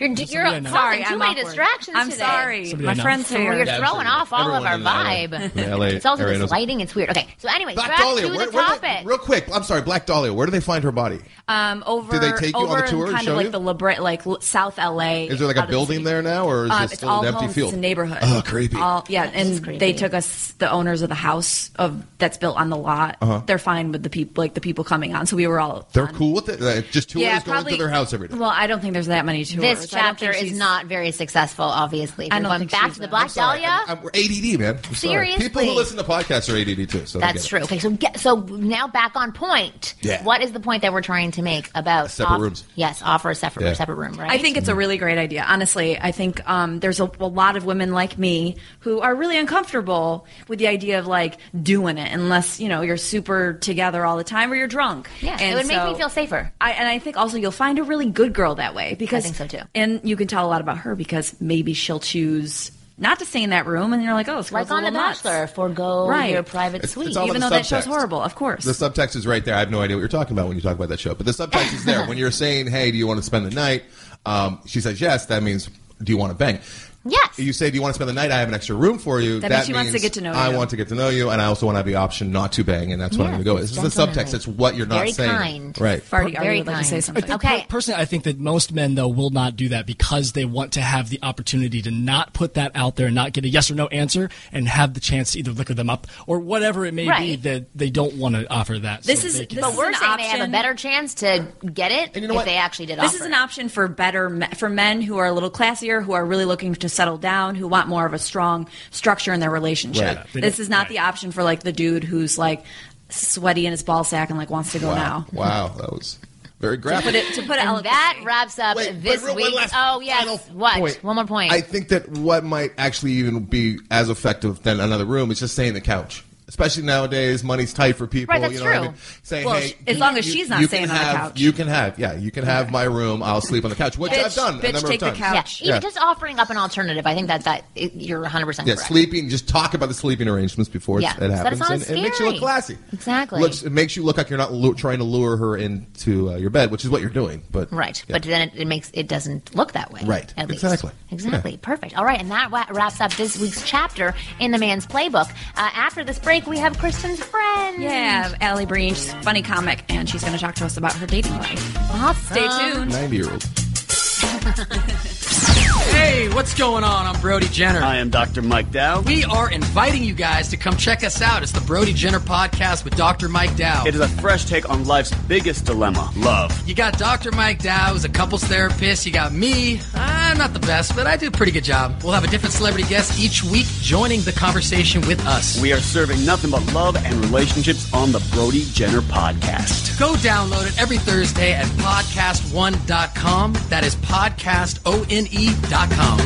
A: you're you're
E: Somebody I know.
A: causing
D: Sorry,
A: too
D: I'm
A: many
D: awkward.
A: distractions
D: I'm
A: today.
D: sorry,
E: Somebody
D: my
E: I know.
D: friends
A: Well,
D: here.
A: you're throwing off all of our
F: Everyone in LA.
A: vibe. *laughs*
F: Yeah, LA
A: it's also
F: area
A: this
F: knows-
A: lighting. It's weird. Okay, so anyway,
F: Black
A: back
F: Dahlia.
A: to
F: Where,
A: the
F: where do they-
A: topic.
F: real quick, I'm sorry, Black Dahlia. Where do they find her body?
D: Um, over
F: Did they take you on
D: over
F: the tour
D: in
F: and
D: kind
F: show
D: of like
F: you?
D: the Libra- like l- South LA?
F: Is there like
D: out
F: a
D: of the
F: building
D: city.
F: there now, or is
D: Um,
F: it
D: it's
F: still
D: all
F: an empty
D: homes.
F: field?
D: It's a neighborhood.
F: Oh, creepy.
D: All, yeah, and
A: creepy.
D: they took us the owners of the house of that's built on the lot.
F: Uh-huh.
D: They're fine with the people like the people coming on. So we were all
F: They're
A: Um,
D: on-
F: cool with it. Like, just tourists
D: Yeah,
F: going
D: probably
F: to their house every day.
D: Well, I don't think there's that many tours.
A: This
D: I don't think
A: chapter is
D: she's-
A: not very successful, obviously. If
D: I
A: you're
D: don't
A: going
D: think
A: back
D: she's
A: to the
D: a-
A: Black
F: Sorry,
A: Dahlia.
F: I'm- I'm- we're ADD, man. I'm sorry. People
A: Seriously.
F: who listen to podcasts are ADD too. So they get
A: That's
F: it.
A: true. Okay, so get, so now back on point.
F: Yeah.
A: What is the point that we're trying to make about
F: Separate
A: off-
F: rooms.
A: Yes, offer a separate
F: Yeah.
A: separate room, right?
D: I think it's a really great idea. Honestly, I think um, there's a, a lot of women like me who are really uncomfortable with the idea of like doing it unless you know you're super together all the time or you're drunk.
A: Yeah, it
D: And
A: would make
D: so-
A: me feel safer.
D: I, and I think also you'll find a really good girl that way because
A: think so, too.
D: And you can tell a lot about her because maybe she'll choose not to stay in that room, and you're like, oh, it's
A: Like on The Bachelor, forego
D: Right.
A: your private
F: It's-
A: suite.
F: it's all
D: even
F: the
D: though that show's
F: subtext.
D: horrible, of course.
F: The subtext is right there. I have no idea what you're talking about when you talk about that show, but the subtext
D: *laughs*
F: is there. When you're saying, "Hey, do you want to spend the night?" Um, she says yes. That means, "Do you want to bang?"
A: yes.
F: You say, "Do you want to spend the night?" I have an extra room for you.
D: That means she wants to get to know
F: I
D: you.
F: want to get to know you, and I also want to have the option not to bang, and that's what
A: Yeah,
F: I'm going to go. with.
A: it's
F: This is the subtext.
A: gentlemanly.
F: It's what you're not
A: Very
F: saying,
A: kind.
F: right?
D: Farty, I
A: Very
D: would like to say
A: kind.
D: something.
A: Okay.
E: Per- personally, I think that most men though will not do that because they want to have the opportunity to not put that out there and not get a yes or no answer and have the chance to either liquor them up or whatever it may be
A: Right.
E: that they don't want to offer that.
D: This
E: so
D: is-
E: they can-
D: this
A: but
D: is
A: we're
D: an
A: saying they have a
D: option.
A: better chance to get it
F: you
A: if
F: know what?
A: they actually did
D: This
A: offer
D: is an
A: it.
D: option for better me- for men who are a little classier, who are really looking to settle down, who want more of a strong structure in their relationship.
F: Right.
E: They
D: This
E: don't-
D: is not
E: right.
D: the option for like the dude who's like sweaty in his ball sack and like wants to go
F: Wow,
D: now.
F: wow, that was very graphic.
D: But it, to put it
A: And
D: elegantly.
A: that wraps up
F: Wait,
A: this
F: but real-
A: week.
F: one last
A: oh
F: final
A: yes, what?
F: point.
A: One more point.
F: I think that what might actually even be as effective than another room is just staying the couch. Especially nowadays, money's tight for people.
A: Right, that's
F: you know what I
A: true.
F: mean? Saying,
D: Well,
F: hey,
D: as
F: you-
D: long as
F: you-
D: she's not
F: you
D: staying
F: can
D: on the
F: have-
D: couch.
F: you can have, yeah, you can have my room. I'll sleep on the couch, which
D: Bitch-
F: I've done a
D: bitch,
F: number
D: take the
F: of
D: couch.
F: times.
A: yeah,
D: Ouch.
A: even
F: Yeah.
A: just offering up an alternative, I think that that it, you're 100 percent
F: Yeah,
A: correct.
F: sleeping. Just talk about the sleeping arrangements before it's
A: Yeah,
F: it
A: so that
F: happens.
A: it's not
F: and
A: as
F: It makes you look
A: scary.
F: classy.
A: Exactly.
F: Looks, it makes you look like you're not lu- trying to lure her into uh, your bed, which is what you're doing. But
A: Right,
F: yeah.
A: but then it, it makes it doesn't look that way.
F: Right.
A: at least.
F: Exactly.
A: exactly, perfect. All right, and that wa- wraps up this week's chapter in the man's playbook. Uh, after this break, we have Kristen's friend.
D: Yeah, Allie Breen, she's a funny comic, and she's going to talk to us about her dating life.
A: awesome.
D: Stay tuned.
F: ninety year old.
H: Hey, what's going on? I'm Brody Jenner.
I: I am Dr. Mike Dow.
H: We are inviting you guys to come check us out. It's the Brody Jenner podcast with Dr. Mike Dow.
I: It is a fresh take on life's biggest dilemma love.
H: You got Dr. Mike Dow, who's a couples therapist. You got me. I'm not the best, but I do a pretty good job. We'll have a different celebrity guest each week joining the conversation with us.
I: We are serving nothing but love and relationships on the Brody Jenner podcast.
H: Go download it every Thursday at podcast1.com. That is E podcastone.com.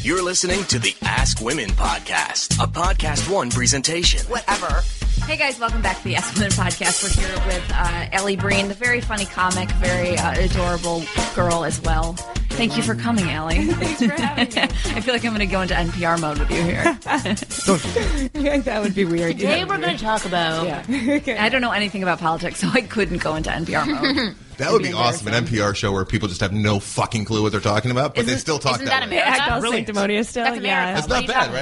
B: You're listening to the Ask Women Podcast, a Podcast One presentation.
J: Whatever.
D: Hey guys, welcome back to the Ask Women podcast. We're here with uh, Ellie Breen, the very funny comic, very uh, adorable girl as well. Thank you for coming, Ellie. Thanks for having me. *laughs* I feel like I'm going to go into NPR mode with you here.
J: that would be weird.
A: Today we're going to talk about.
D: I don't know anything about politics, so I couldn't go into NPR mode.
F: That would be awesome. An NPR show where people just have no fucking clue what they're talking about, but they still talk
A: isn't
F: that,
A: that
F: way.
J: Act
A: America?
J: all
A: Brilliant.
J: sanctimonious still.
A: That's
J: yeah.
A: America.
F: That's not bad,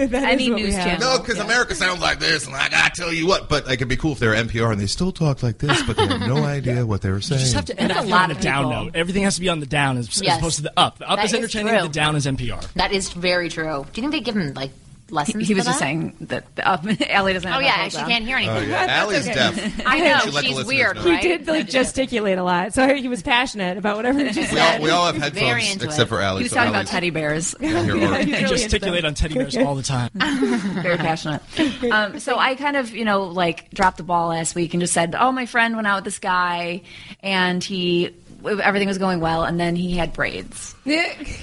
F: right?
J: That
D: Any
J: is what we *laughs*
D: news
J: have.
D: channel.
F: No, because America sounds like this, and like I tell you what. But like, it'd be cool if they were NPR and they still talked like this, but they have
J: *laughs*
F: no idea what they were saying.
E: just have to end
A: That's a
E: everything
A: lot
E: on
A: of
E: a down
A: people.
E: note. Everything has to be on the down as, as
A: Yes.
E: opposed to the up. The up
A: That
E: is
A: is
E: entertaining,
A: true.
E: the down is NPR.
A: That is very true. Do you think they give him like lessons?
D: He was
A: for
D: just
A: that?
D: saying that the, uh, *laughs* Ellie doesn't.
A: Oh
D: have a
A: yeah,
D: hold
A: she
D: down.
A: can't hear anything.
F: Oh,
J: *laughs*
F: yeah. Allie's deaf.
A: I
F: She
A: know
F: let the
A: she's
F: listeners
A: weird,
F: know.
J: He
A: right?
J: did like gesticulate a lot, so he was passionate about whatever he *laughs* just
F: We all,
J: said.
F: we all have
A: He's very
F: headphones
A: into
F: except
A: it.
F: for Allie.
D: He was
F: so
D: talking about
F: Allie's-
D: teddy bears.
F: yeah,
J: *laughs*
F: here, or-
J: He's
E: I
J: really into
E: gesticulate
J: them.
E: on teddy bears all the
J: *laughs*
E: time.
D: very passionate. Um, so I kind of, you know, like dropped the ball last week and just said, "Oh, my friend went out with this guy, and he everything was going well, and then he had braids
J: *laughs*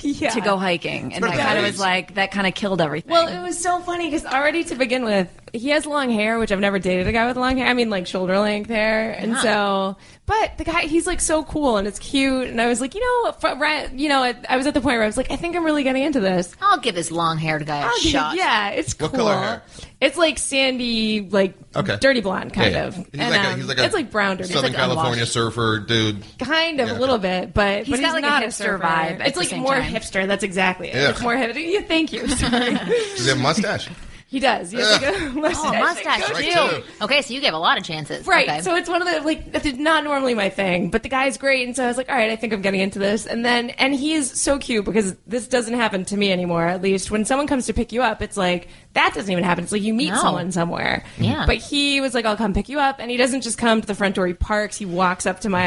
J: yeah.
D: to go hiking, and I
F: Braids.
D: kind of was like, that kind of killed everything."
J: Well, it was so funny because already to begin with, he has long hair, which I've never dated a guy with long hair. I mean, like shoulder length hair, and so. But the guy, he's like so cool and it's cute, and I was like, you *laughs* know, fr- right, you know, I- I was at the point where I was like, I think I'm really getting into this.
A: I'll give his long-haired guy a
J: I'll give-
A: shot.
J: Yeah, it's
F: What
J: cool.
F: color hair?
J: It's like sandy, like
F: Okay.
J: dirty blonde kind
F: Yeah, yeah.
J: of.
F: He's
J: And,
F: like a-
J: um,
F: he's like a
J: it's like brown dirty.
F: Southern
J: It's like
F: California
A: unwashed.
F: surfer dude.
J: kind of
F: Yeah,
J: a little
F: okay.
J: bit, but but
D: got, like, a
J: not
D: hipster
J: surfer.
D: vibe at
J: It's
D: the
J: like
D: same
J: more
D: time.
J: hipster. That's exactly it.
F: Yeah.
J: It's more hipster. Yeah, thank you. Sorry.
F: Does he have a mustache?
J: *laughs* he does. He has like a
A: Oh,
J: mustache.
A: mustache
F: Right,
A: too.
F: too.
A: Okay, so you gave a lot of chances.
J: Right.
A: Okay.
J: So it's one of the like that's not *laughs* normally my thing, but the guy's great, and so I was like, all right, I think I'm getting into this. And then and he is so cute because this doesn't happen to me anymore. At least when someone comes to pick you up, it's like that doesn't even happen. It's like you meet
A: No.
J: someone somewhere.
A: Yeah.
J: But he was like, I'll come pick you up, and he doesn't just come to the front door. He parks. He walks up to my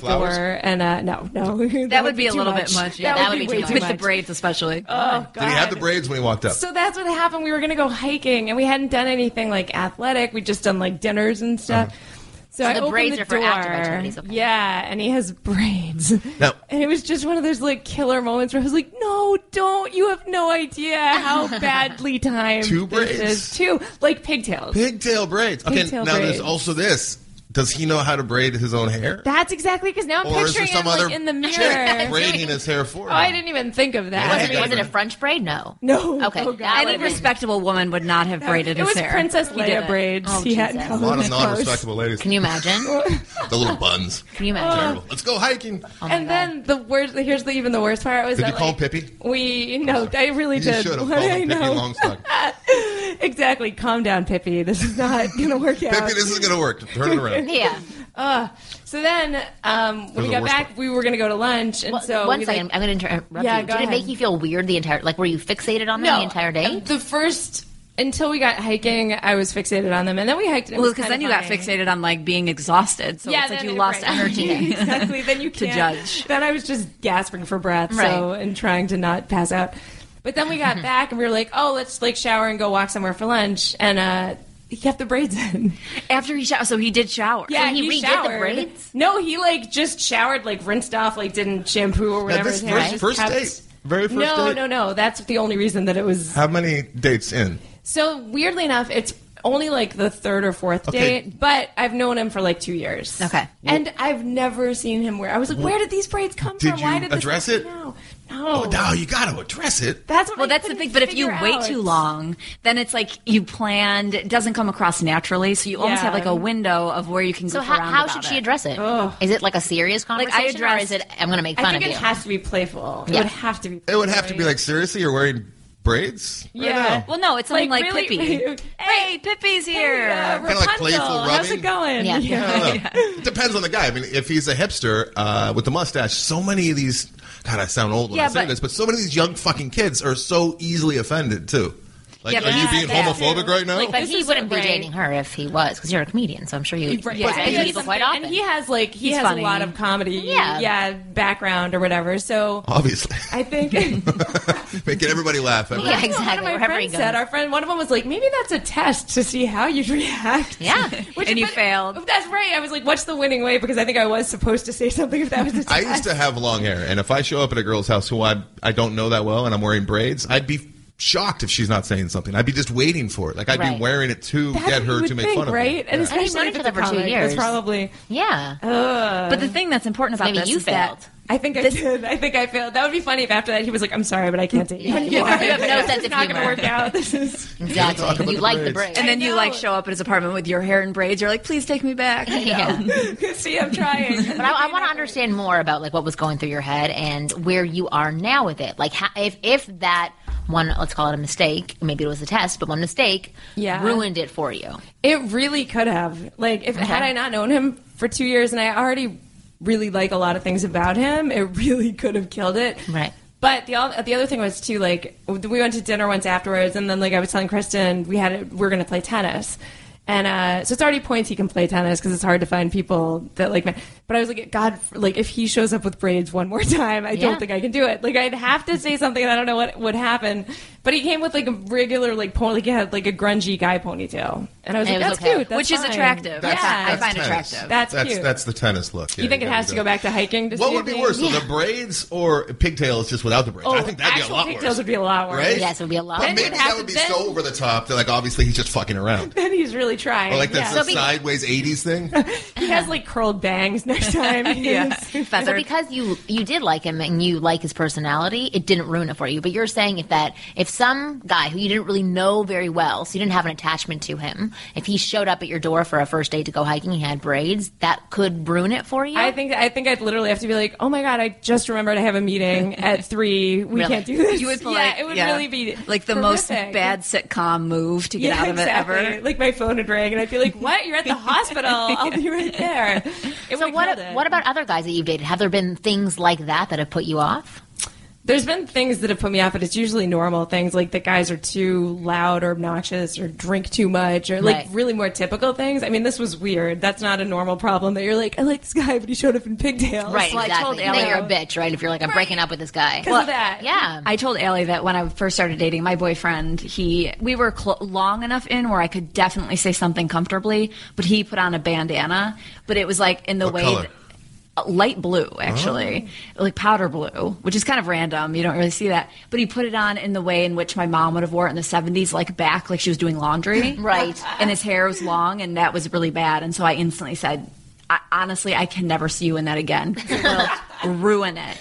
F: *laughs* Flowers?
J: door, *laughs* and uh, no, no, that,
D: that would be, a
J: too
D: little bit much. Yeah,
J: that, would be,
A: too
J: way
A: much.
J: too
D: with
J: much.
D: the braids especially.
J: Oh,
F: Did he have the
J: God.
F: braids when he walked up?
J: So that's what happened. We were going to go hiking, and we hadn't done anything like athletic. We'd just done like dinners and
F: Uh-huh.
J: stuff. So, I
A: the
J: opened
A: braids
J: the
A: are for
J: door.
A: active activities, okay.
J: Yeah, and he has braids. *laughs*
F: Now-
J: And it was just one of those like killer moments where I was like, "No, don't! You have no idea how badly timed
F: Two braids?
J: this is. Two like pigtails.
F: Pigtail braids. Okay,
J: Pigtail
F: now
J: braids.
F: there's also this. Does he know how to braid his own hair?
J: That's exactly because now I'm
F: or is there
J: picturing him
F: some
J: like,
F: other *laughs*
J: in the
F: chick
J: mirror.
F: braiding his hair for him?
J: Oh, I didn't even think of that.
F: Yeah,
A: was, it,
F: you
A: was it a
F: gotta-
A: French braid? No.
J: No.
A: Okay.
J: Oh, God.
A: that
D: Any
A: would've been-
D: respectable woman would not have braided
J: it
D: his
J: was
D: hair.
J: Princess
D: He did
J: Leia
D: it.
J: braids.
A: Oh,
J: he had
A: Jesus.
F: A lot of
J: colored clothes.
F: non-respectable ladies.
A: Can you imagine?
F: the little buns.
J: *laughs*
A: Can you
J: Oh.
A: imagine?
F: Terrible. Let's go hiking.
J: and then the worst. Here's the even the worst part was
F: Did
J: that
F: you call him
J: like,
F: Pippi?
J: we no, I really
F: You
J: did.
F: should have called
J: What *laughs* I
F: him Pippi
J: know. *laughs*
F: Longstock.
J: exactly. Calm down, Pippi. This is not gonna work out.
F: Pippi, this is gonna work. Turn it
J: *laughs*
F: around.
A: Yeah.
J: so then, um, when
F: Those
J: we
F: are
J: got
F: the worst
J: back,
F: part.
J: we were gonna go to lunch, and
A: Well,
J: so
A: one
J: we,
A: second,
J: like-
A: I'm going to interrupt
J: Yeah,
A: you.
J: go
A: Did it make
J: ahead.
A: you feel weird the entire? Like, were you fixated on them
J: no,
A: the entire day?
J: The first until we got hiking, I was fixated on them, and then we hiked. and it
D: Well,
J: was
D: because then
J: kinda
D: you got
J: fine.
D: fixated on like being exhausted, so it's like
J: then
D: you
J: it-
D: lost
J: right.
D: energy.
J: *laughs* exactly. Then you
D: To
J: can't.
D: judge.
J: Then I was just gasping for breath, so
A: Right.
J: and trying to not pass out. But then we got back and we were like, oh, let's like shower and go walk somewhere for lunch, and uh, he kept the braids in.
D: After he showered, so he did shower.
J: Yeah,
A: he redid the braids?
J: No, he like just showered, like rinsed off, like didn't shampoo or whatever.
F: this
J: his hair
F: first-
J: was.
F: first
J: Kept-
F: date. Very first
J: no,
F: date.
J: No, no, That's the only reason that it was.
F: How many dates in?
J: So weirdly enough, it's only like the third or fourth
F: Okay.
J: date, but I've known him for like two years.
A: Okay.
J: and I've never seen him wear. I was like, where did these braids come
F: Did
J: from?
F: you
J: Why did this
F: address
J: happen
F: it?
J: now?"
F: Oh,
J: No.
F: no, you gotta address it.
J: That's what
D: Well,
J: I
D: that's the
J: couldn't
D: thing. But if you
J: figure
D: wait
J: out.
D: too long, then it's like you planned. It doesn't come across naturally, so you almost
J: Yeah.
D: have like a window of where you can.
A: so
D: goof
A: how,
D: around
A: how
D: about
A: should she
D: it.
A: address it? Is it like a serious
D: I
A: conversation, or is
D: addressed-
A: it I'm going to make
J: I
A: fun
J: think
A: of
J: it
A: you?
J: has to be playful.
A: Yeah.
J: It would have to be.
F: It would have to be like, seriously, you're wearing braids? Right
J: Yeah.
F: now?
D: Well, no, it's something like,
J: really-
D: Pippi. *laughs* hey, Pippi's here.
J: uh,
F: Kinda like playful
J: Rapunzel, How's
F: rubbing.
J: it going?
A: Yeah.
F: I
J: *laughs*
F: don't know. It depends on the guy. I mean, if he's a hipster uh, with the mustache, so many of these. God, I sound old when
D: Yeah,
F: I say
D: but-
F: this, but so many of these young fucking kids are so easily offended too. Like,
D: Yeah, but
F: are you
D: that's
F: being
D: bad,
F: homophobic right now?
A: Like, *laughs* but
J: This
A: he
J: is
A: wouldn't be
J: right.
A: dating her if he was, because you're a comedian. So I'm sure you
J: Right.
A: you
J: Yeah,
A: expect
J: and,
A: people
J: he's-
A: quite often.
J: and he has like he
D: He's
J: has
D: funny.
J: a lot of comedy,
A: Yeah.
J: yeah, background or whatever. So
F: Obviously,
J: I think
F: *laughs* making everybody
J: *laughs*
F: laugh. I mean,
A: yeah,
J: one of
A: exactly.
J: my
A: Wherever he
J: friends
A: goes.
J: said our friend one of them was like maybe that's a test to see how you'd *laughs* react
A: Yeah.
J: *laughs*
D: And you
J: but-
D: failed.
J: that's right i was like what's the winning way because i think i was supposed to say something if that was a test
F: I used to have long hair, and if I show up at a girl's house who I I don't know that well, and I'm wearing braids, I'd be shocked if she's not saying something. I'd be just waiting for it. Like I'd
J: Right.
F: be wearing it to
J: That's
F: get
J: what
F: her
J: you
F: to
J: would
F: make
J: think,
F: fun of me.
J: right? And especially
A: And he's known
J: if
A: each
J: it's
A: other
J: a
A: for two
J: comic,
A: years.
J: That's probably
A: Yeah.
J: Ugh.
D: But the thing that's important
A: So
D: about
A: maybe
D: this
A: you
D: is that
A: failed.
J: I think I did. I think I failed. That would be funny if after that he was like, "I'm sorry, but I can't date *laughs* you."
A: You
J: anymore."
A: have no sense
J: It's
A: of
J: not gonna
A: humor.
J: work out. This is
A: Exactly.
F: Talk about
A: you
F: the
A: like the
F: braids.
A: braids.
D: And then you like show up at his apartment with your hair in braids. You're like, please take me back.
J: *laughs*
A: Yeah.
J: see, I'm trying.
A: But I, I want to understand more about like what was going through your head and where you are now with it. Like how, if if that one, let's call it a mistake. Maybe it was a test, but one mistake
J: Yeah.
A: ruined it for you.
J: It really could have. Like, if had I not known him for two years, and I already really like a lot of things about him, it really *laughs* could have killed it.
A: Right.
J: But the all, the other thing was too like we went to dinner once afterwards, and then like I was telling Kristen we had we are gonna play tennis, and uh, so it's already points he can play tennis because it's hard to find people that like. ma- But I was like, God, like if he shows up with braids one more *laughs* time, I
A: Yeah.
J: don't think I can do it. Like I'd have to say something, and I don't know what would happen. But he came with like a regular like pony, like, he had, like a grungy guy ponytail, *laughs* and I was
A: And it was
J: like, that's
A: okay.
J: cute, that's
D: Which is
J: fine.
D: attractive.
J: Yeah,
D: I find
F: tennis.
D: attractive.
J: That's
F: that's,
J: cute.
F: that's the tennis look. Yeah,
J: you think it
F: gotta
J: has to
F: do
J: go
F: that.
J: back to hiking? To
F: What
J: see
F: would
J: it
F: be
J: being-
F: worse, though, the braids or pigtails just without the braids?
J: Oh,
F: I think that'd be a
J: actual
F: lot
J: pigtails
F: worse.
J: would be a lot worse.
F: Right?
A: Yes, it would be a lot.
F: But
J: Then
F: maybe
J: you'd
F: that
J: have
F: would be
J: to- then-
F: so over the top that like obviously he's just fucking
J: *laughs*
F: around.
J: Then he's really trying.
F: Or like that's
J: yeah.
F: the sideways '80s
J: *laughs*
F: thing.
J: He has like curled bangs
A: *laughs*
J: next time.
D: Yeah.
A: So
D: Feathered.
A: because you you did like him and you like his personality, it didn't ruin it for you. But you're saying if that if some guy who you didn't really know very well, so you didn't have an attachment to him, if he showed up at your door for a first date to go hiking, he had braids, that could ruin it for you.
J: I think I think I'd literally have to be like, oh my god, I just remembered I have a meeting at three. We
A: Really?
J: can't do this.
D: You would
J: yeah,
D: like-
J: it would
D: yeah.
J: really be
D: like the most
J: horrific.
D: bad sitcom move to get
J: yeah,
D: out of
J: exactly.
D: it ever.
J: Like my phone would ring, and I'd be like, "What? You're
A: *laughs*
J: at the hospital? I'll be right there." It
A: So
J: would've
A: what
J: killed it.
A: what about other guys that you've dated? Have there been things like that that have put you off?
J: There's been things that have put me off, but it's usually normal things like that guys are too loud or obnoxious or drink too much or like
A: Right.
J: really more typical things. I mean, this was weird. That's not a normal problem that you're like, I like this guy, but he showed up in pigtails.
D: Well, I
A: exactly.
D: told
A: And then
D: Elliot-
A: you're a bitch, right? If you're like, I'm breaking up with this guy.
J: Because of that.
A: Yeah.
D: I told Allie that when I first started dating my boyfriend, he we were cl- long enough in where I could definitely say something comfortably, but he put on a bandana, but it was like in the
F: What
D: way
F: color? Oh.
D: that- uh, light blue actually, like powder blue, which is kind of random. You don't really see that, but he put it on in the way in which my mom would have wore it in the '70s, like back, like she was doing laundry,
A: *laughs* Right.
D: And his hair was long, and that was really bad. And so I instantly said, I- "Honestly, I can never see you in that
A: *laughs*
D: again. It will ruin it."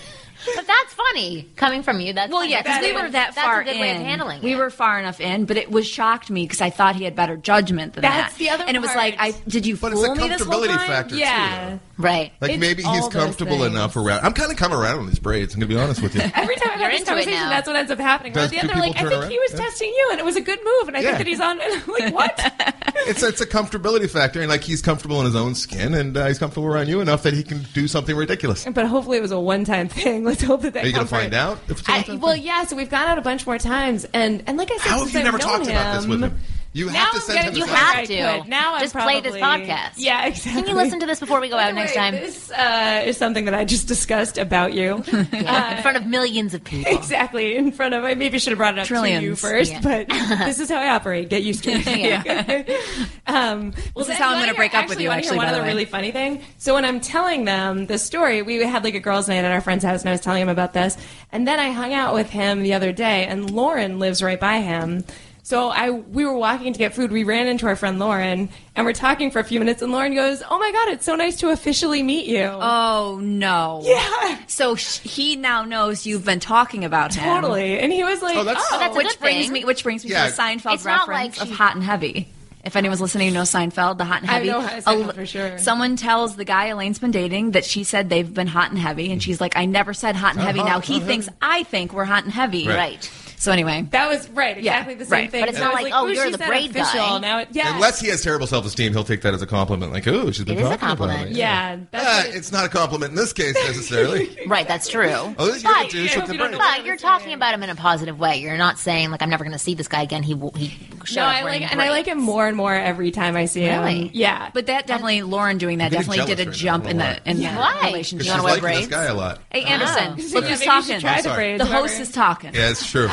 A: but that's funny. Coming from you, that's
D: Well,
A: funny.
D: yeah, because
A: That's
D: we
A: a good-
D: were that
A: that's
D: far
A: a good
D: in.
A: way of handling
D: we
A: it.
D: were far enough in, but it was shocked me because I thought he had better judgment than
J: That's
D: that.
J: the other
D: and it was
J: part.
D: like, I did you
F: But it's
D: fool
F: a
D: me this whole
F: comfortability
D: time?
F: factor too.
J: Yeah.
F: though.
A: right.
F: Like
J: It's
F: maybe
J: all
F: he's
J: those
F: comfortable
J: things.
F: enough around. I'm kind of come around on these braids. I'm gonna be honest with you.
J: *laughs* Every time I
A: You're
J: have this
A: into it
J: conversation,
A: now.
J: that's what ends up happening.
F: Does
J: the
F: two
J: other,
F: people
J: like, I
F: turn
J: think
F: around?
J: he was
F: Yeah.
J: testing you, and it was a good move, and I
F: Yeah.
J: think that he's on. *laughs* And I'm
A: *laughs*
J: like, what?
F: it's it's a comfortability factor, and like he's comfortable in his own skin, and uh, he's comfortable around you enough that he can do something ridiculous.
J: but hopefully, it was a one-time thing. *laughs* Let's hope that that.
F: Are you gonna
J: comfort-
F: find out? If it's
J: I-
F: something?
J: well, yeah. So we've gone out a bunch more times, and and like I said,
F: How have
J: since
F: you
J: I've
F: never
J: known
F: talked about this with him? You
J: Now
F: have to
J: I'm
F: send
J: gonna-
F: him.
A: You
F: this
J: Sorry.
A: have
J: I
A: to.
J: could. Now I'm
A: just play this
J: probably-
A: podcast.
J: Yeah, exactly.
A: Can you listen to this before we go
J: By
A: out
J: the
A: next
J: way,
A: time?
J: This uh, is something that I just discussed
A: *laughs*
J: about you.
A: Yeah, Uh, in front of millions of people.
J: *laughs* exactly in front of. I maybe should have brought it up to you
D: Trillions.
J: first,
A: Yeah.
D: *laughs*
J: but this is how I operate. Get used to it. *laughs* um, well,
D: is how I'm gonna break up with you, actually,
J: one
D: by the
J: other
D: way.
J: really funny thing. So when I'm telling them the story, we had like a girls' night at our friend's house, and I was telling him about this, and then I hung out with him the other day, and Lauren lives right by him. So I we were walking to get food. We ran into our friend Lauren, and we're talking for a few minutes. And Lauren goes, "Oh my god, it's so nice to officially meet you."
D: Oh no!
J: Yeah.
D: So sh- he now knows you've been talking about him.
J: totally. And he was like,
F: Oh, that's-
J: "Oh."
F: Oh,
A: that's a
D: Which
A: good
D: brings
A: thing.
D: me, which brings me
F: Yeah.
D: to the Seinfeld
A: It's not
D: reference
A: like
D: of
A: she-
D: Hot and Heavy. If anyone's listening, who knows Seinfeld, the Hot and
J: I
D: Heavy.
J: know Seinfeld for sure.
D: Someone tells the guy Elaine's been dating that she said they've been hot and heavy, and she's like, "I never said hot and heavy."
F: Uh-huh,
D: now he
F: uh-huh.
D: thinks I think we're hot and heavy.
F: Right.
A: Right.
D: So anyway,
J: That was right,
D: Yeah,
J: exactly the same
D: right.
J: thing.
A: But it's
J: So
A: not
J: I was
A: like, oh,
J: ooh,
A: you're
J: she's
A: the
J: that
A: braid
J: official.
A: guy.
J: Now it, yeah,
F: Unless he has terrible self-esteem, he'll take that as a compliment. Like, oh, she's been
A: It is a
F: talking about
A: compliment.
F: it.
J: yeah, that's
F: Uh,
J: what it-
F: it's not a compliment in this case necessarily.
A: Right, that's true.
F: Oh, this- you're a
A: but,
F: douche with the
J: you don't
F: brain.
J: know
A: but you're talking about him in a positive way. You're not saying like I'm never going to see this guy again. He will- he showed
J: no,
A: up
J: I like,
A: wearing
J: and I like
A: braids.
J: him more and more every time I see
A: Really?
J: him. Yeah, but
D: but that definitely, Lauren doing that
F: I'm getting
D: definitely did a
F: jealous right now,
D: jump
F: I
D: in
F: don't know
D: the in the
A: Why? 'Cause
D: relationship.
F: Because
A: You
F: she's
A: wanna wear
F: liking
A: braids?
F: this guy a lot.
D: Hey Anderson,
A: Oh.
D: look
J: Yeah,
D: who's
J: maybe you should
D: talking.
J: try the
F: Sorry.
J: braids,
D: the
J: whatever.
D: host is talking.
F: Yeah, it's true.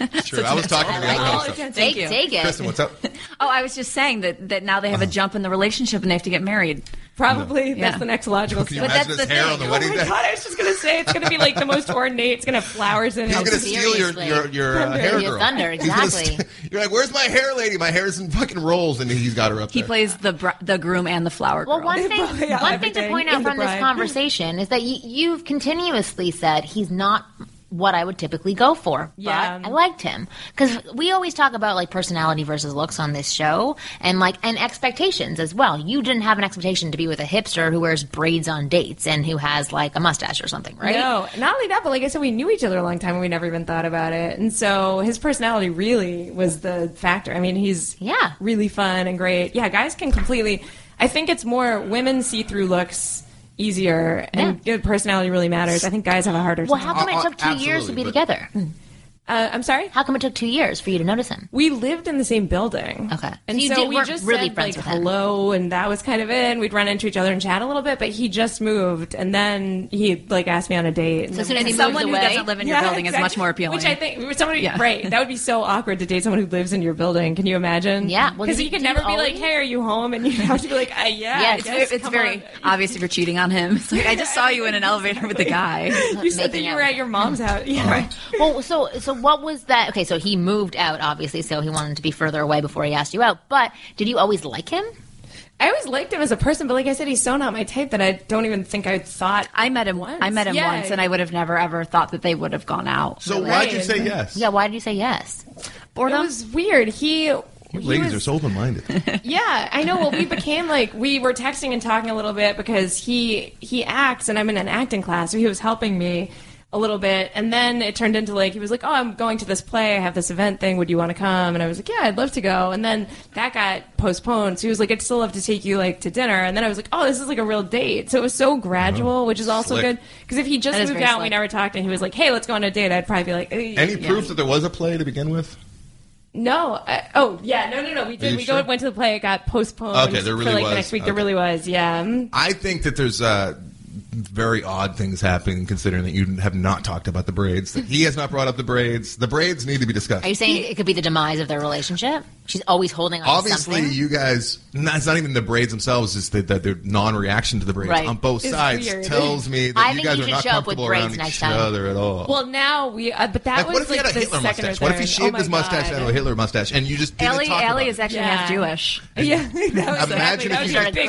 F: It's true. I was talking to the other
J: all
F: host.
J: attention.
A: Take,
D: you.
A: take it.
F: Kristen, what's up? Uh-huh.
D: Oh, I was just saying that that now they have a jump in the relationship and they have to get married.
J: Probably
F: No.
J: that's
F: Yeah.
J: the next logical
F: Can
J: step.
F: you imagine his hair on the wedding
J: oh my
F: day?
J: god! I was just gonna say it's gonna be like the most ornate. It's gonna have flowers in
F: He's
J: it.
F: gonna steal your your, your uh,
J: Thunder.
F: hair
J: Your
F: girl.
J: thunder,
F: He's gonna
J: exactly.
F: st- you're like, where's my hair lady? My hair's in fucking rolls, and he's got her up
D: He
F: there.
D: plays the br- the groom and the flower girl.
A: Well, one thing,
D: yeah,
A: one thing to
D: everything
A: point out
D: and the
A: from this
D: bride.
A: conversation is that you, you've continuously said he's not what I would typically go for.
J: Yeah.
A: But I liked him because we always talk about like personality versus looks on this show, and like and expectations as well. You didn't have an expectation to be with a hipster who wears braids on dates and who has like a mustache or something, right?
J: No, not only that, but like I said, we knew each other a long time and we never even thought about it. And so his personality really was the factor. I mean, he's yeah really fun and great. Yeah, guys can completely. I think it's more women see through looks easier, and good personality really matters. I think guys have a harder.
A: Well,
J: time.
A: how come it took two years to be together?
J: Uh, I'm sorry.
A: How come it took two years for you to notice him?
J: We lived in the same building. Okay, and
A: So you
J: so,
A: did-
J: we
A: weren't
J: just
A: really
J: said,
A: friends
J: like
A: with him.
J: hello, and that was kind of it. And we'd run into each other and chat a little bit, but he just moved, and then he like asked me on a date.
D: So as soon
J: then-
D: as he And someone moves who away- doesn't live in your building is much more appealing.
J: Which I think somebody
D: Yeah.
J: right that would be so awkward to date someone who lives in your building. Can you imagine? Yeah,
D: well,
J: because
D: did
J: you
D: he-
J: could
D: do you
J: never be like,
D: always-
J: hey, are you home? And you *laughs* have to be like, uh, yeah,
D: Yeah, it's,
J: yes,
D: very, it's
J: come
D: very obvious if you're cheating on him. It's like, I just saw you in an elevator with a
J: *laughs*
D: guy.
J: You said that you were at your mom's house. *laughs* Yeah.
A: Well, so so what was that? Okay, so he moved out, obviously, so he wanted to be further away before he asked you out. But did you always like him?
J: I always liked him as a person, but like I said, he's so not my type that I don't even think I thought.
D: I met him once. I met him once, and I would have never ever thought that they would have gone out.
F: So why'd you say yes?
A: Yeah, why did you say yes?
J: Boredom. It was weird. He.
F: You
J: he
F: ladies
J: was-
F: are so
A: *laughs*
F: open minded.
J: yeah, I know. Well, we became like we were texting and talking a little bit because he he acts, and I'm in an acting class, so he was helping me a little bit. And then it turned into like he was like, "Oh, I'm going to this play. I have this event thing. Would you want to come?" And I was like, "Yeah, I'd love to go." And then that got postponed. So he was like, "I'd still love to take you like to dinner." And then I was like, "Oh, this is like a real date." So it was so gradual, which is also
F: Slick.
J: good because if he just
D: That is
J: moved
D: very
J: out, and we
D: slick.
J: never talked, and he was like, "Hey, let's go on a date," I'd probably be like, "Eh,
F: Any
J: yeah."
F: proof that there was a play to begin with?
J: No. I, oh, yeah. No, no, no. We
F: Are you
J: did. We
F: sure?
J: go, went to the play. It got postponed.
F: Okay, there
J: for,
F: really
J: like,
F: was.
J: The next week, there
F: Okay.
J: really was. Yeah. Mm.
F: I think that there's uh, very odd things happening, considering that you have not talked about the braids. That he has not brought up the braids. The braids need to be discussed.
A: Are you saying it could be the demise of their relationship? She's always holding on to
F: Obviously,
A: something.
F: you guys, no, it's not even the braids themselves, it's the, the, their non reaction to the braids
A: Right.
F: on both
A: It's
F: sides
A: weird.
F: tells me that
A: I
F: you
A: think
F: guys
A: you
F: are
A: should
F: not
A: show up with
F: comfortable around
A: braids next
F: each
A: time.
F: other at all.
J: Well, now we. Uh, but
F: like,
J: that was
F: what if he
J: like
F: had a
J: the
F: Hitler
J: second or
F: mustache? What if he
J: third.
F: shaved
J: oh
F: his
J: my
F: mustache
J: God.
F: and a Hitler mustache, and you just didn't
D: Ellie,
F: talk
D: Ellie
F: about
D: is
F: it?
D: actually half Jewish.
J: *laughs* Yeah, that was
F: Imagine
J: that
F: if
J: was
F: you
J: a big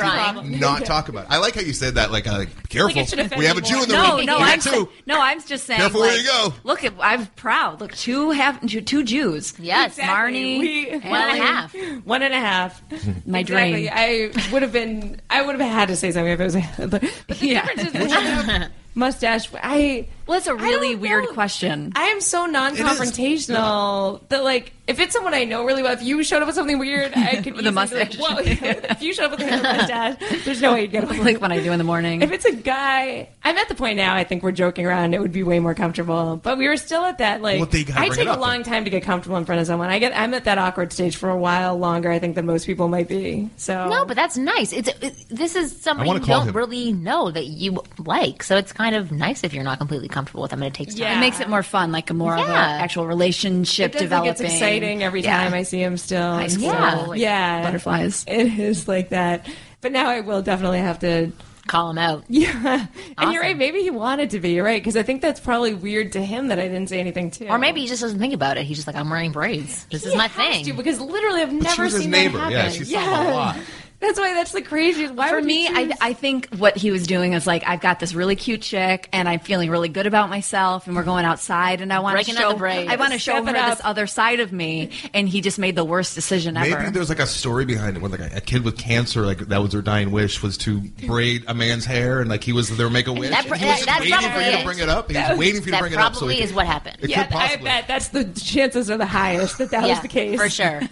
F: *laughs*
J: problem.
F: not talk about it. I like how you said that. Like, uh, like careful,
D: Like, it should offend
F: we have
D: me
F: a Jew
D: more.
F: in the
D: no,
F: room.
D: Oh, No,
F: We have
D: I'm
F: two.
D: sa- no, I'm just saying.
F: Careful where
D: like,
F: you go.
D: Look, at- I'm proud. Look, two half, two, two Jews. Yes, Marnie,
J: We-
D: Ellie.
J: one and a half. One and a half.
D: *laughs* My
J: Exactly.
D: dream.
J: I would have been. I would have had to say something if it was
D: *laughs*
J: a Hitler. But the difference is that *laughs* mustache. I.
D: Well, it's a really weird question.
J: I am so non-confrontational that like if it's someone I know really well, if you showed up with something weird, I could
D: *laughs* With a
J: easily be Like, Whoa, *laughs* if you showed up with a mustache, there's no
D: *laughs*
J: way you'd get away.
D: like what I do in the morning.
J: If it's a guy, I'm at the point now. I think we're joking around. It would be way more comfortable. But we were still at that like.
F: Well, they gotta
J: I
F: bring
J: take
F: it
J: a
F: up,
J: long time to get comfortable in front of someone. I get I'm at that awkward stage for a while longer. I think than most people might be. So
A: No, but that's nice. It's it, this is somebody
J: wanna
A: you
J: call
A: don't
J: him.
A: really know that you like, so it's kind of nice if you're not completely comfortable with them, and it takes time.
D: It makes it more fun, like a more of an
A: Yeah.
D: actual relationship
J: It does, like,
D: developing.
J: it's exciting every
D: Yeah.
J: time I see him still.
D: High
J: and
D: school,
J: so-
D: like,
J: yeah,
D: butterflies.
J: It is like that. But now I will definitely have to
A: call him out.
J: Yeah, and you're right. Maybe he wanted to be. You're right because I think that's probably weird to him that I didn't say anything to.
A: Or maybe he just doesn't think about it. He's just like, I'm wearing braids. This is
J: He
A: my
J: has
A: thing.
J: to, because literally I've
A: But she
J: never
A: was his
J: seen
A: neighbor.
J: That
A: Yeah,
J: happen.
A: she saw him a lot.
J: That's why that's the craziest. Why
D: For
J: would
D: me,
J: you
D: I, I think what he was doing is like, I've got this really cute chick, and I'm feeling really good about myself, and we're going outside, and I want to
A: Breaking out
D: show,
A: the braids.
D: I want to show
A: Step
D: her
A: it
D: this
A: up.
D: other side of me, and he just made the worst decision ever.
F: Maybe there's like a story behind it, where like a, a kid with cancer, like that was their dying wish, was to braid a man's hair, and like he was their make a wish.
A: That pr-
F: He was just
A: that's
F: waiting for
A: probably
F: you to
A: it.
F: bring it up. He
A: That-
F: was waiting for you to
A: that
F: bring it up. so he
A: probably
F: could-
A: is what happened.
F: It
J: yeah,
F: could
J: I
F: possibly.
J: bet that's the chances are the highest that that was
A: Yeah,
J: the case
A: for
D: *laughs*
A: sure.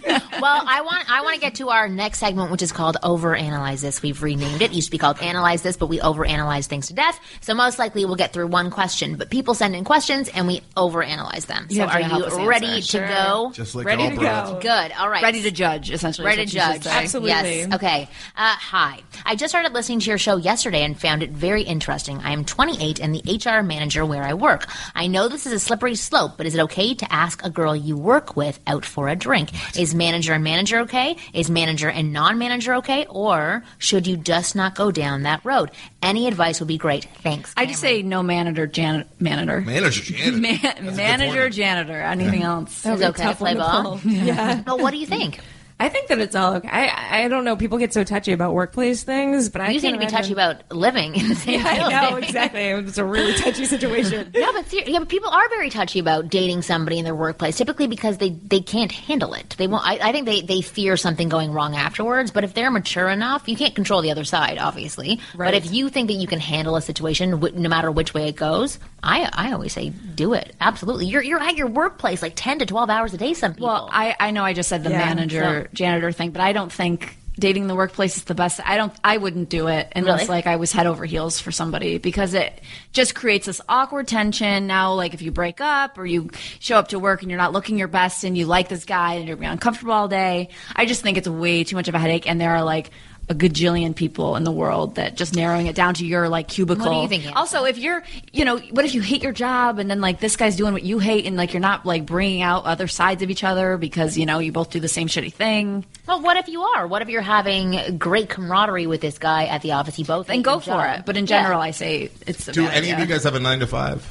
A: well, I want I want to get to our next segment, which is called Overanalyze This. We've renamed it. It used to be called Analyze This, but we overanalyze things to death. So most likely we'll get through one question. But people send in questions and we overanalyze them.
D: You
A: so
D: have to
A: are
D: help us
A: you
D: answer.
A: ready to
D: Sure.
A: go?
D: Just like Ready all to broads. go.
A: Good. All right.
D: Ready to judge, essentially.
A: Ready
D: is
A: to
D: what you should
A: judge.
D: say.
A: Yes. Okay. Uh, hi. I just started listening to your show yesterday and found it very interesting. I am 28 and the HR manager where I work. I know this is a slippery slope, but is it okay to ask a girl you work with out for a drink? Is manager and manager okay? Is manager and non manager okay? Or should you just not go down that road? Any advice would be great. Thanks.
D: I just say no manager, janitor, manager,
F: manager, janitor,
D: Man- manager, janitor. Anything
A: Yeah.
D: else?
A: That would It's be a okay to tough play one to ball? pull.
J: *laughs* Yeah.
A: But what do you think?
J: I think that it's all okay. I, I don't know. People get so touchy about workplace things, but I
A: you seem to
J: can't
A: be touchy
J: imagine-
A: about living in the same
J: Yeah, *laughs* I know
A: building.
J: exactly. It's
A: *laughs*
J: a really touchy situation.
A: no, but ser- yeah, but people are very touchy about dating somebody in their workplace, typically because they, they can't handle it. They won't. I, I think they, they fear something going wrong afterwards. But if they're mature enough, you can't control the other side, obviously.
J: Right.
A: But if you think that you can handle a situation, wh- no matter which way it goes, I I always say do it. Absolutely. You're you're at your workplace like ten to twelve hours a day. Some people. Well,
D: I I know I just said the manager janitor thing, but I don't think dating the workplace is the best. I don't. I wouldn't do it unless
A: Really?
D: like I was head over heels for somebody because it just creates this awkward tension. Now, like if you break up or you show up to work and you're not looking your best and you like this guy and you're uncomfortable all day, I just think it's way too much of a headache. And there are like. A gajillion people in the world that just narrowing it down to your like cubicle.
A: think, Anne?
D: Also, if you're, you know, what if you hate your job and then like this guy's doing what you hate and like you're not like bringing out other sides of each other because you know you both do the same shitty thing.
A: Well, what if you are? What if you're having great camaraderie with this guy at the office? You both
D: Then go for it. But in general, I say it's. a
F: Do
D: bad
F: any of you
D: idea.
F: guys have a nine to five?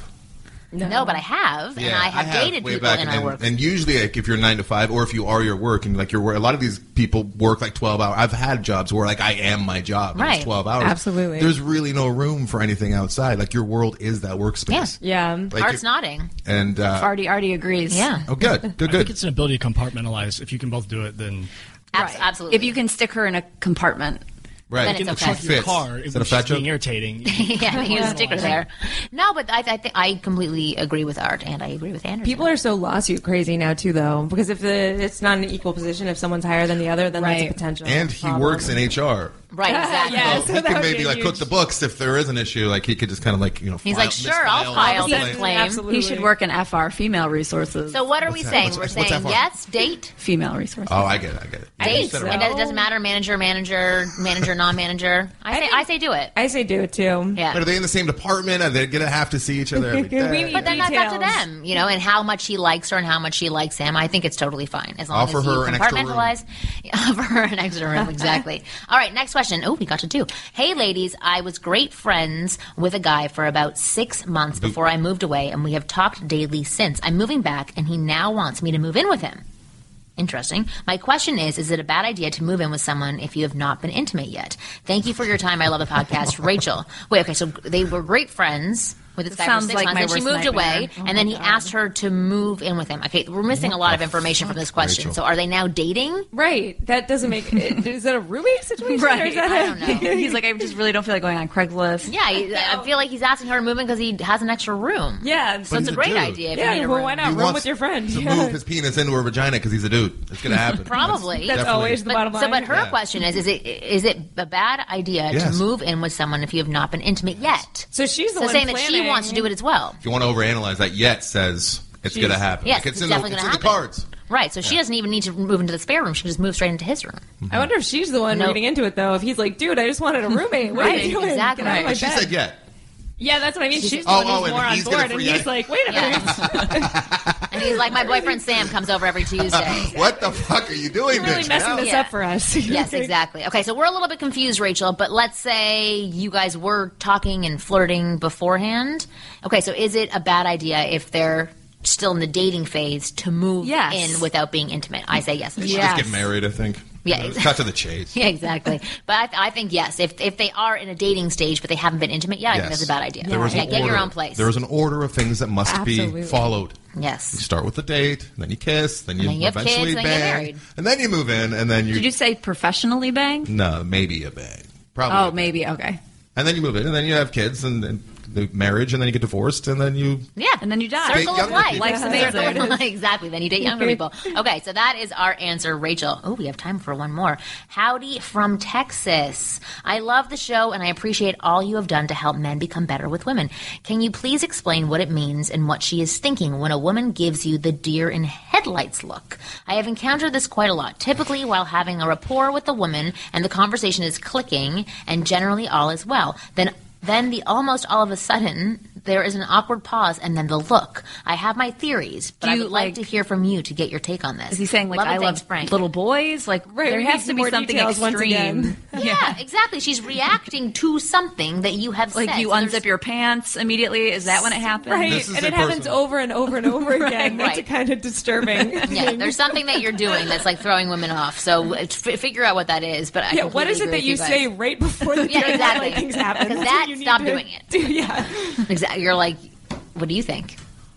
A: No. but I have, and I have, dated
F: way
A: people
F: back,
A: in
F: and,
A: my work.
F: and usually, like, if you're nine to five, or if you are your work, and like your work, a lot of these people work like twelve hours. I've had jobs where like I am my job, and
J: Right.
F: It's twelve hours.
J: Absolutely.
F: there's really no room for anything outside. Like your world is that workspace.
J: Yeah.
F: Like Art's if-
A: nodding.
F: And uh,
D: Farty already agrees. Yeah.
F: oh, good, good,
E: I
F: good.
E: think it's an ability to compartmentalize. If you can both do it, then
D: Absolutely. If you can stick her in a compartment.
F: Right.
A: Then it's
E: in the
A: okay.
E: trunk of your
F: Fits.
E: car,
F: Is
E: it
F: that a
E: was
F: fat
E: just being
F: joke?
E: irritating.
J: *laughs*
A: yeah, you stick with there. No, but I, I think I completely agree with Art, and I agree with Andrew.
J: People are so lawsuit crazy now too, though, because if the it's not an equal position, if someone's higher than the other, then that's a
D: Right.
J: potential.
F: And he
J: problem.
F: works in HR.
D: *laughs*
A: Right, exactly. *laughs*
F: So
J: Yeah, so
F: he
J: that
F: could
J: would be
F: maybe
J: a
F: like cook
J: huge-
F: the books if there is an issue. Like he could just kind of like you know.
A: He's
F: file-
A: like, sure, I'll
F: misfile
A: file
F: the
A: this
F: complaint.
A: claim.
D: He should work in FR, female resources.
A: So what are we
F: that?
A: saying?
F: What's-
A: We're
F: what's
A: saying
F: that for?
A: yes, date,
D: female resources.
F: Oh, I get it. I get it.
A: date.
F: Instead of-
A: It doesn't- doesn't matter, manager, manager, manager, non-manager. I say, I say, do it.
J: I say do it too.
A: Yeah.
F: But are they in the same department? Are they going to have to see
A: *laughs*
F: each other every
J: We
F: day?
A: But then that's up to
J: Details.
A: them, you know, and how much he likes her and how much he likes him. I think it's totally fine as long
F: Offer
A: as
F: her
A: you
F: an extra room.
A: compartmentalize. *laughs* Offer her an extra room, exactly. All right, next question. Oh, we got to two. Hey, ladies, I was great friends with a guy for about six months before I moved away, and we have talked daily since. I'm moving back, and he now wants me to move in with him. Interesting. My question is Is it a bad idea to move in with someone if you have not been intimate yet? Thank you for your time. I love the podcast. Rachel. Wait, okay, so they were great friends with this
D: This
A: guy
D: sounds
A: for six
D: like
A: months,
D: my
A: and she
D: worst
A: moved away,
D: nightmare. Oh
A: and then he asked her to move in with him. Okay, we're missing a lot of information from this question.
F: Rachel?
A: So are they now dating?
J: Right. That doesn't
A: *laughs*
J: make. is that a roommate situation? Or
D: Right.
J: is that
D: I
J: a-
D: don't know. He's like, I just really don't feel like going on Craigslist.
A: Yeah, I I feel like he's asking her to move in because he has an extra room.
J: *laughs* Yeah.
A: So it's
F: he's
A: a
F: a
A: great
F: dude.
A: idea. If
J: Yeah,
A: you need a
J: well,
A: room.
J: why not?
F: He
J: Room
F: wants
J: with your friend.
F: To
J: Yeah.
F: move his penis into her vagina because he's a dude. It's going to *laughs* happen.
A: Probably.
J: That's
F: definitely-
J: always the bottom
A: But,
J: line.
A: so, but her
F: Yeah.
A: question is: Is it is it a bad idea to
F: Yes.
A: move in with someone if you have not been intimate yet?
J: So she's the
A: so
J: one
A: saying that she
J: planning.
A: wants to do it as well.
F: If you want to overanalyze that, yet says it's going to happen.
A: Yes,
F: Like, it's,
A: it's
F: in, the,
A: definitely
F: it's in
A: gonna
F: the
A: happen.
F: cards.
A: Right, so she doesn't even need to move into the spare room. She can just move straight into his room.
J: I wonder if she's the one
A: Nope.
J: reading into it though. If he's like, dude, I just wanted a roommate. What are
A: Right,
J: you doing?
A: exactly.
J: Get out of my
F: But she
J: bed.
F: said yet.
J: yeah, that's what I mean. She's, the
F: Oh,
J: one
F: oh,
J: who's
F: and
J: more on
F: he's gonna
J: board, and
F: free
J: he's
F: it.
J: like, wait a minute.
A: And he's like, my boyfriend Sam comes over every
F: *laughs*
A: Tuesday.
F: What the fuck are you doing,
J: You're really
F: bitch?
J: messing this
A: Yeah.
J: up for us. *laughs*
A: Yes, exactly. Okay, so we're a little bit confused, Rachel, but let's say you guys were talking and flirting beforehand. Okay, so is it a bad idea if they're still in the dating phase to move
D: Yes.
A: in without being intimate? I say yes.
F: Should
D: Yes.
F: Just get married, I think.
A: Yeah,
F: You know,
A: exactly.
F: Cut to the
A: *laughs*
F: chase.
A: Yeah, exactly. But I, th- I think yes, if if they are in a dating stage but they haven't been intimate yet, I think
F: Yes.
A: that's a bad idea.
F: There was
A: yeah,
F: an
A: get your
F: order.
A: own place.
F: There is an order of things that must
J: Absolutely.
F: be followed. You
A: yes.
F: start with the date, then you kiss, then you,
A: then you have kids,
F: eventually
A: then you get
F: bang,
A: married.
F: and then you move in, and then you
D: Did you say professionally bang?
F: no maybe a bang, probably.
D: Oh,
F: a bang.
D: maybe. Okay.
F: And then you move in, and then you have kids, and then the marriage, and then you get divorced, and then you
A: Yeah.
D: And then you die.
A: Circle
F: Date
A: of
F: younger
A: life.
F: people.
D: Life's
A: Circle of
D: amazing.
A: life. *laughs* exactly. Then you date younger people. Okay, so that is our answer, Rachel. Oh, we have time for one more. Howdy from Texas. I love the show and I appreciate all you have done to help men become better with women. Can you please explain what it means and what she is thinking when a woman gives you the deer in headlights look? I have encountered this quite a lot, typically while having a rapport with a woman and the conversation is clicking and generally all is well. Then then the almost all of a sudden There is an awkward pause and then the look. I have my theories, but I would like, to hear from you to get your take on this.
K: Is he saying like
A: Love and
K: I love
A: thanks, Frank.
K: little boys? Like
A: Right,
K: there
A: we
K: has
A: need
K: to
A: some
K: be
A: more
K: something
A: details once
K: extreme. *laughs*
A: again. Yeah. exactly. She's reacting to something that you have
K: Like
A: said.
K: you
A: So
K: unzip your pants immediately. Is that when it happens?
J: Right, and it happens over and over
A: *laughs*
J: and over again. That's kind of disturbing.
A: *laughs* yeah, there's something that you're doing that's like throwing women off. So uh, f- figure out what that is. But I
J: *laughs* yeah, what
A: completely
J: is it
A: agree
J: that
A: with
J: you,
A: guys.
J: say right before
A: *laughs*
J: the
A: Yeah, exactly.
J: things happen?
A: Because
J: That's when
A: that
J: you need
A: stop
J: to-
A: doing it.
J: *laughs* yeah,
A: exactly. You're like, what do you think?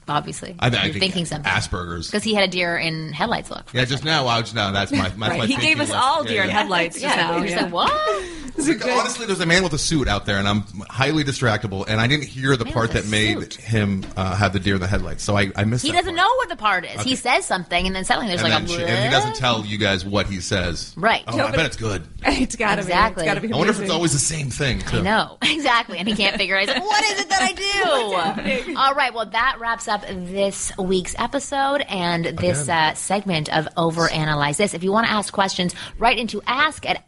A: Obviously,
F: I, I
A: you're
F: think
A: thinking something.
F: Asperger's.
A: Because he had a deer in headlights look.
F: Yeah, just now. Wow, just now. That's my. That's my
K: He gave
F: thinking
K: us
F: list.
K: all
F: Yeah,
K: deer in
F: yeah.
K: headlights. just
A: Yeah,
K: now.
A: you're just like, what?
F: Honestly, there's a man with a suit out there, and I'm highly distractible, and I didn't hear the
A: Man
F: part
A: with a
F: that made
A: suit.
F: him uh, have the deer in the headlights. So I, I missed
A: He
F: that.
A: doesn't know what the part is. He
F: Okay.
A: says something, and then suddenly there's
F: and,
A: like a
F: then she- and he
A: bleh.
F: doesn't tell you guys what he says.
A: Right.
F: Oh,
A: No,
F: I
A: but-
F: bet it's good.
J: it's gotta
A: Exactly.
J: be. It's gotta be.
F: I wonder if it's
J: amazing.
F: always the same thing. Too.
A: I know *laughs* exactly, and he can't figure. it out. He's like, "What is it that I do?" All right, well, that wraps up this week's episode and this
K: Okay.
A: uh, segment of Overanalyze This. If you want to ask questions, write into ask at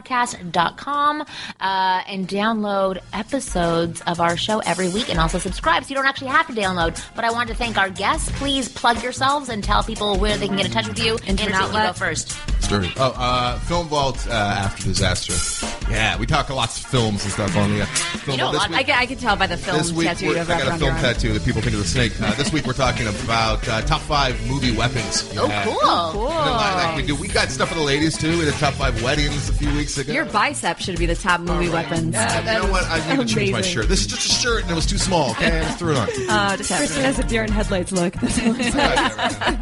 A: askwomenpodcast.com uh, and download episodes of our show every week, and also subscribe so you don't actually have to download. But I want to thank our guests. Please plug yourselves and tell people where they can get in touch with you.
K: Internet
A: Anderson, you go
K: outlet. *laughs*
A: first.
F: Sturdy. Oh, uh, Film Vault uh, after disaster. Yeah, we talk a lot of films and stuff on the uh, film Vault. This
K: I,
F: week-
K: can, I can tell by the film
F: this week
K: tattoo you
F: we're- I
K: have wrapped
F: got a
K: around
F: film
K: your arm.
F: tattoo that people think is a snake. Uh, this week we're talking about uh, top five movie weapons.
K: Oh,
F: Yeah.
K: cool.
F: You know, like- like we do. We got stuff for the ladies too. We did top five weddings a few weeks ago.
K: Your bicep should be the top movie weapons.
F: you know what? I need to change my shirt. This is just a shirt, and it was too small. Okay, I just threw
K: *laughs*
F: it on.
K: Uh, just have
J: Kristen has a deer in headlights look. That's all I'm saying.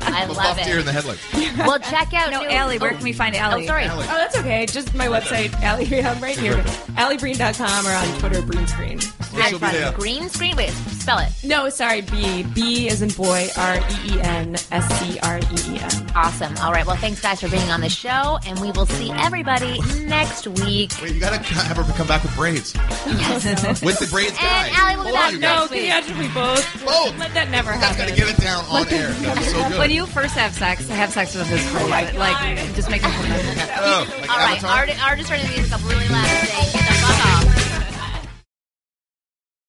A: I love
F: Deer in
A: it.
F: the headlights.
A: Well, check out
K: No,
A: new-
K: Allie, where
A: oh.
K: can we find Allie?
A: Oh, sorry.
J: Oh, that's okay. Just my website, Allie. I'm right here. AllieBreen.com or on Twitter, Breen Screen.
F: She'll be there.
A: Green screen. Wait, spell it.
J: No, sorry, B. B is in boy, R E E N S C R E E N.
A: Awesome. All right. Well, thanks guys for being on the show, and we will see everybody next week.
F: Wait, you gotta have her come back with braids. With the braids guy.
A: And Allie will be
F: Hold on,
A: back
F: you
J: No,
A: next
J: can
A: week.
J: you imagine we both?
F: Both.
J: Let that never
F: guys
J: happen.
F: gotta get it down on air. That was so good.
K: When you first have sex, have Oh sex with his friend. like, it just makes me feel better.
F: oh, like
A: All right.
F: Avatar.
A: Art, artist, turn the music up really loud.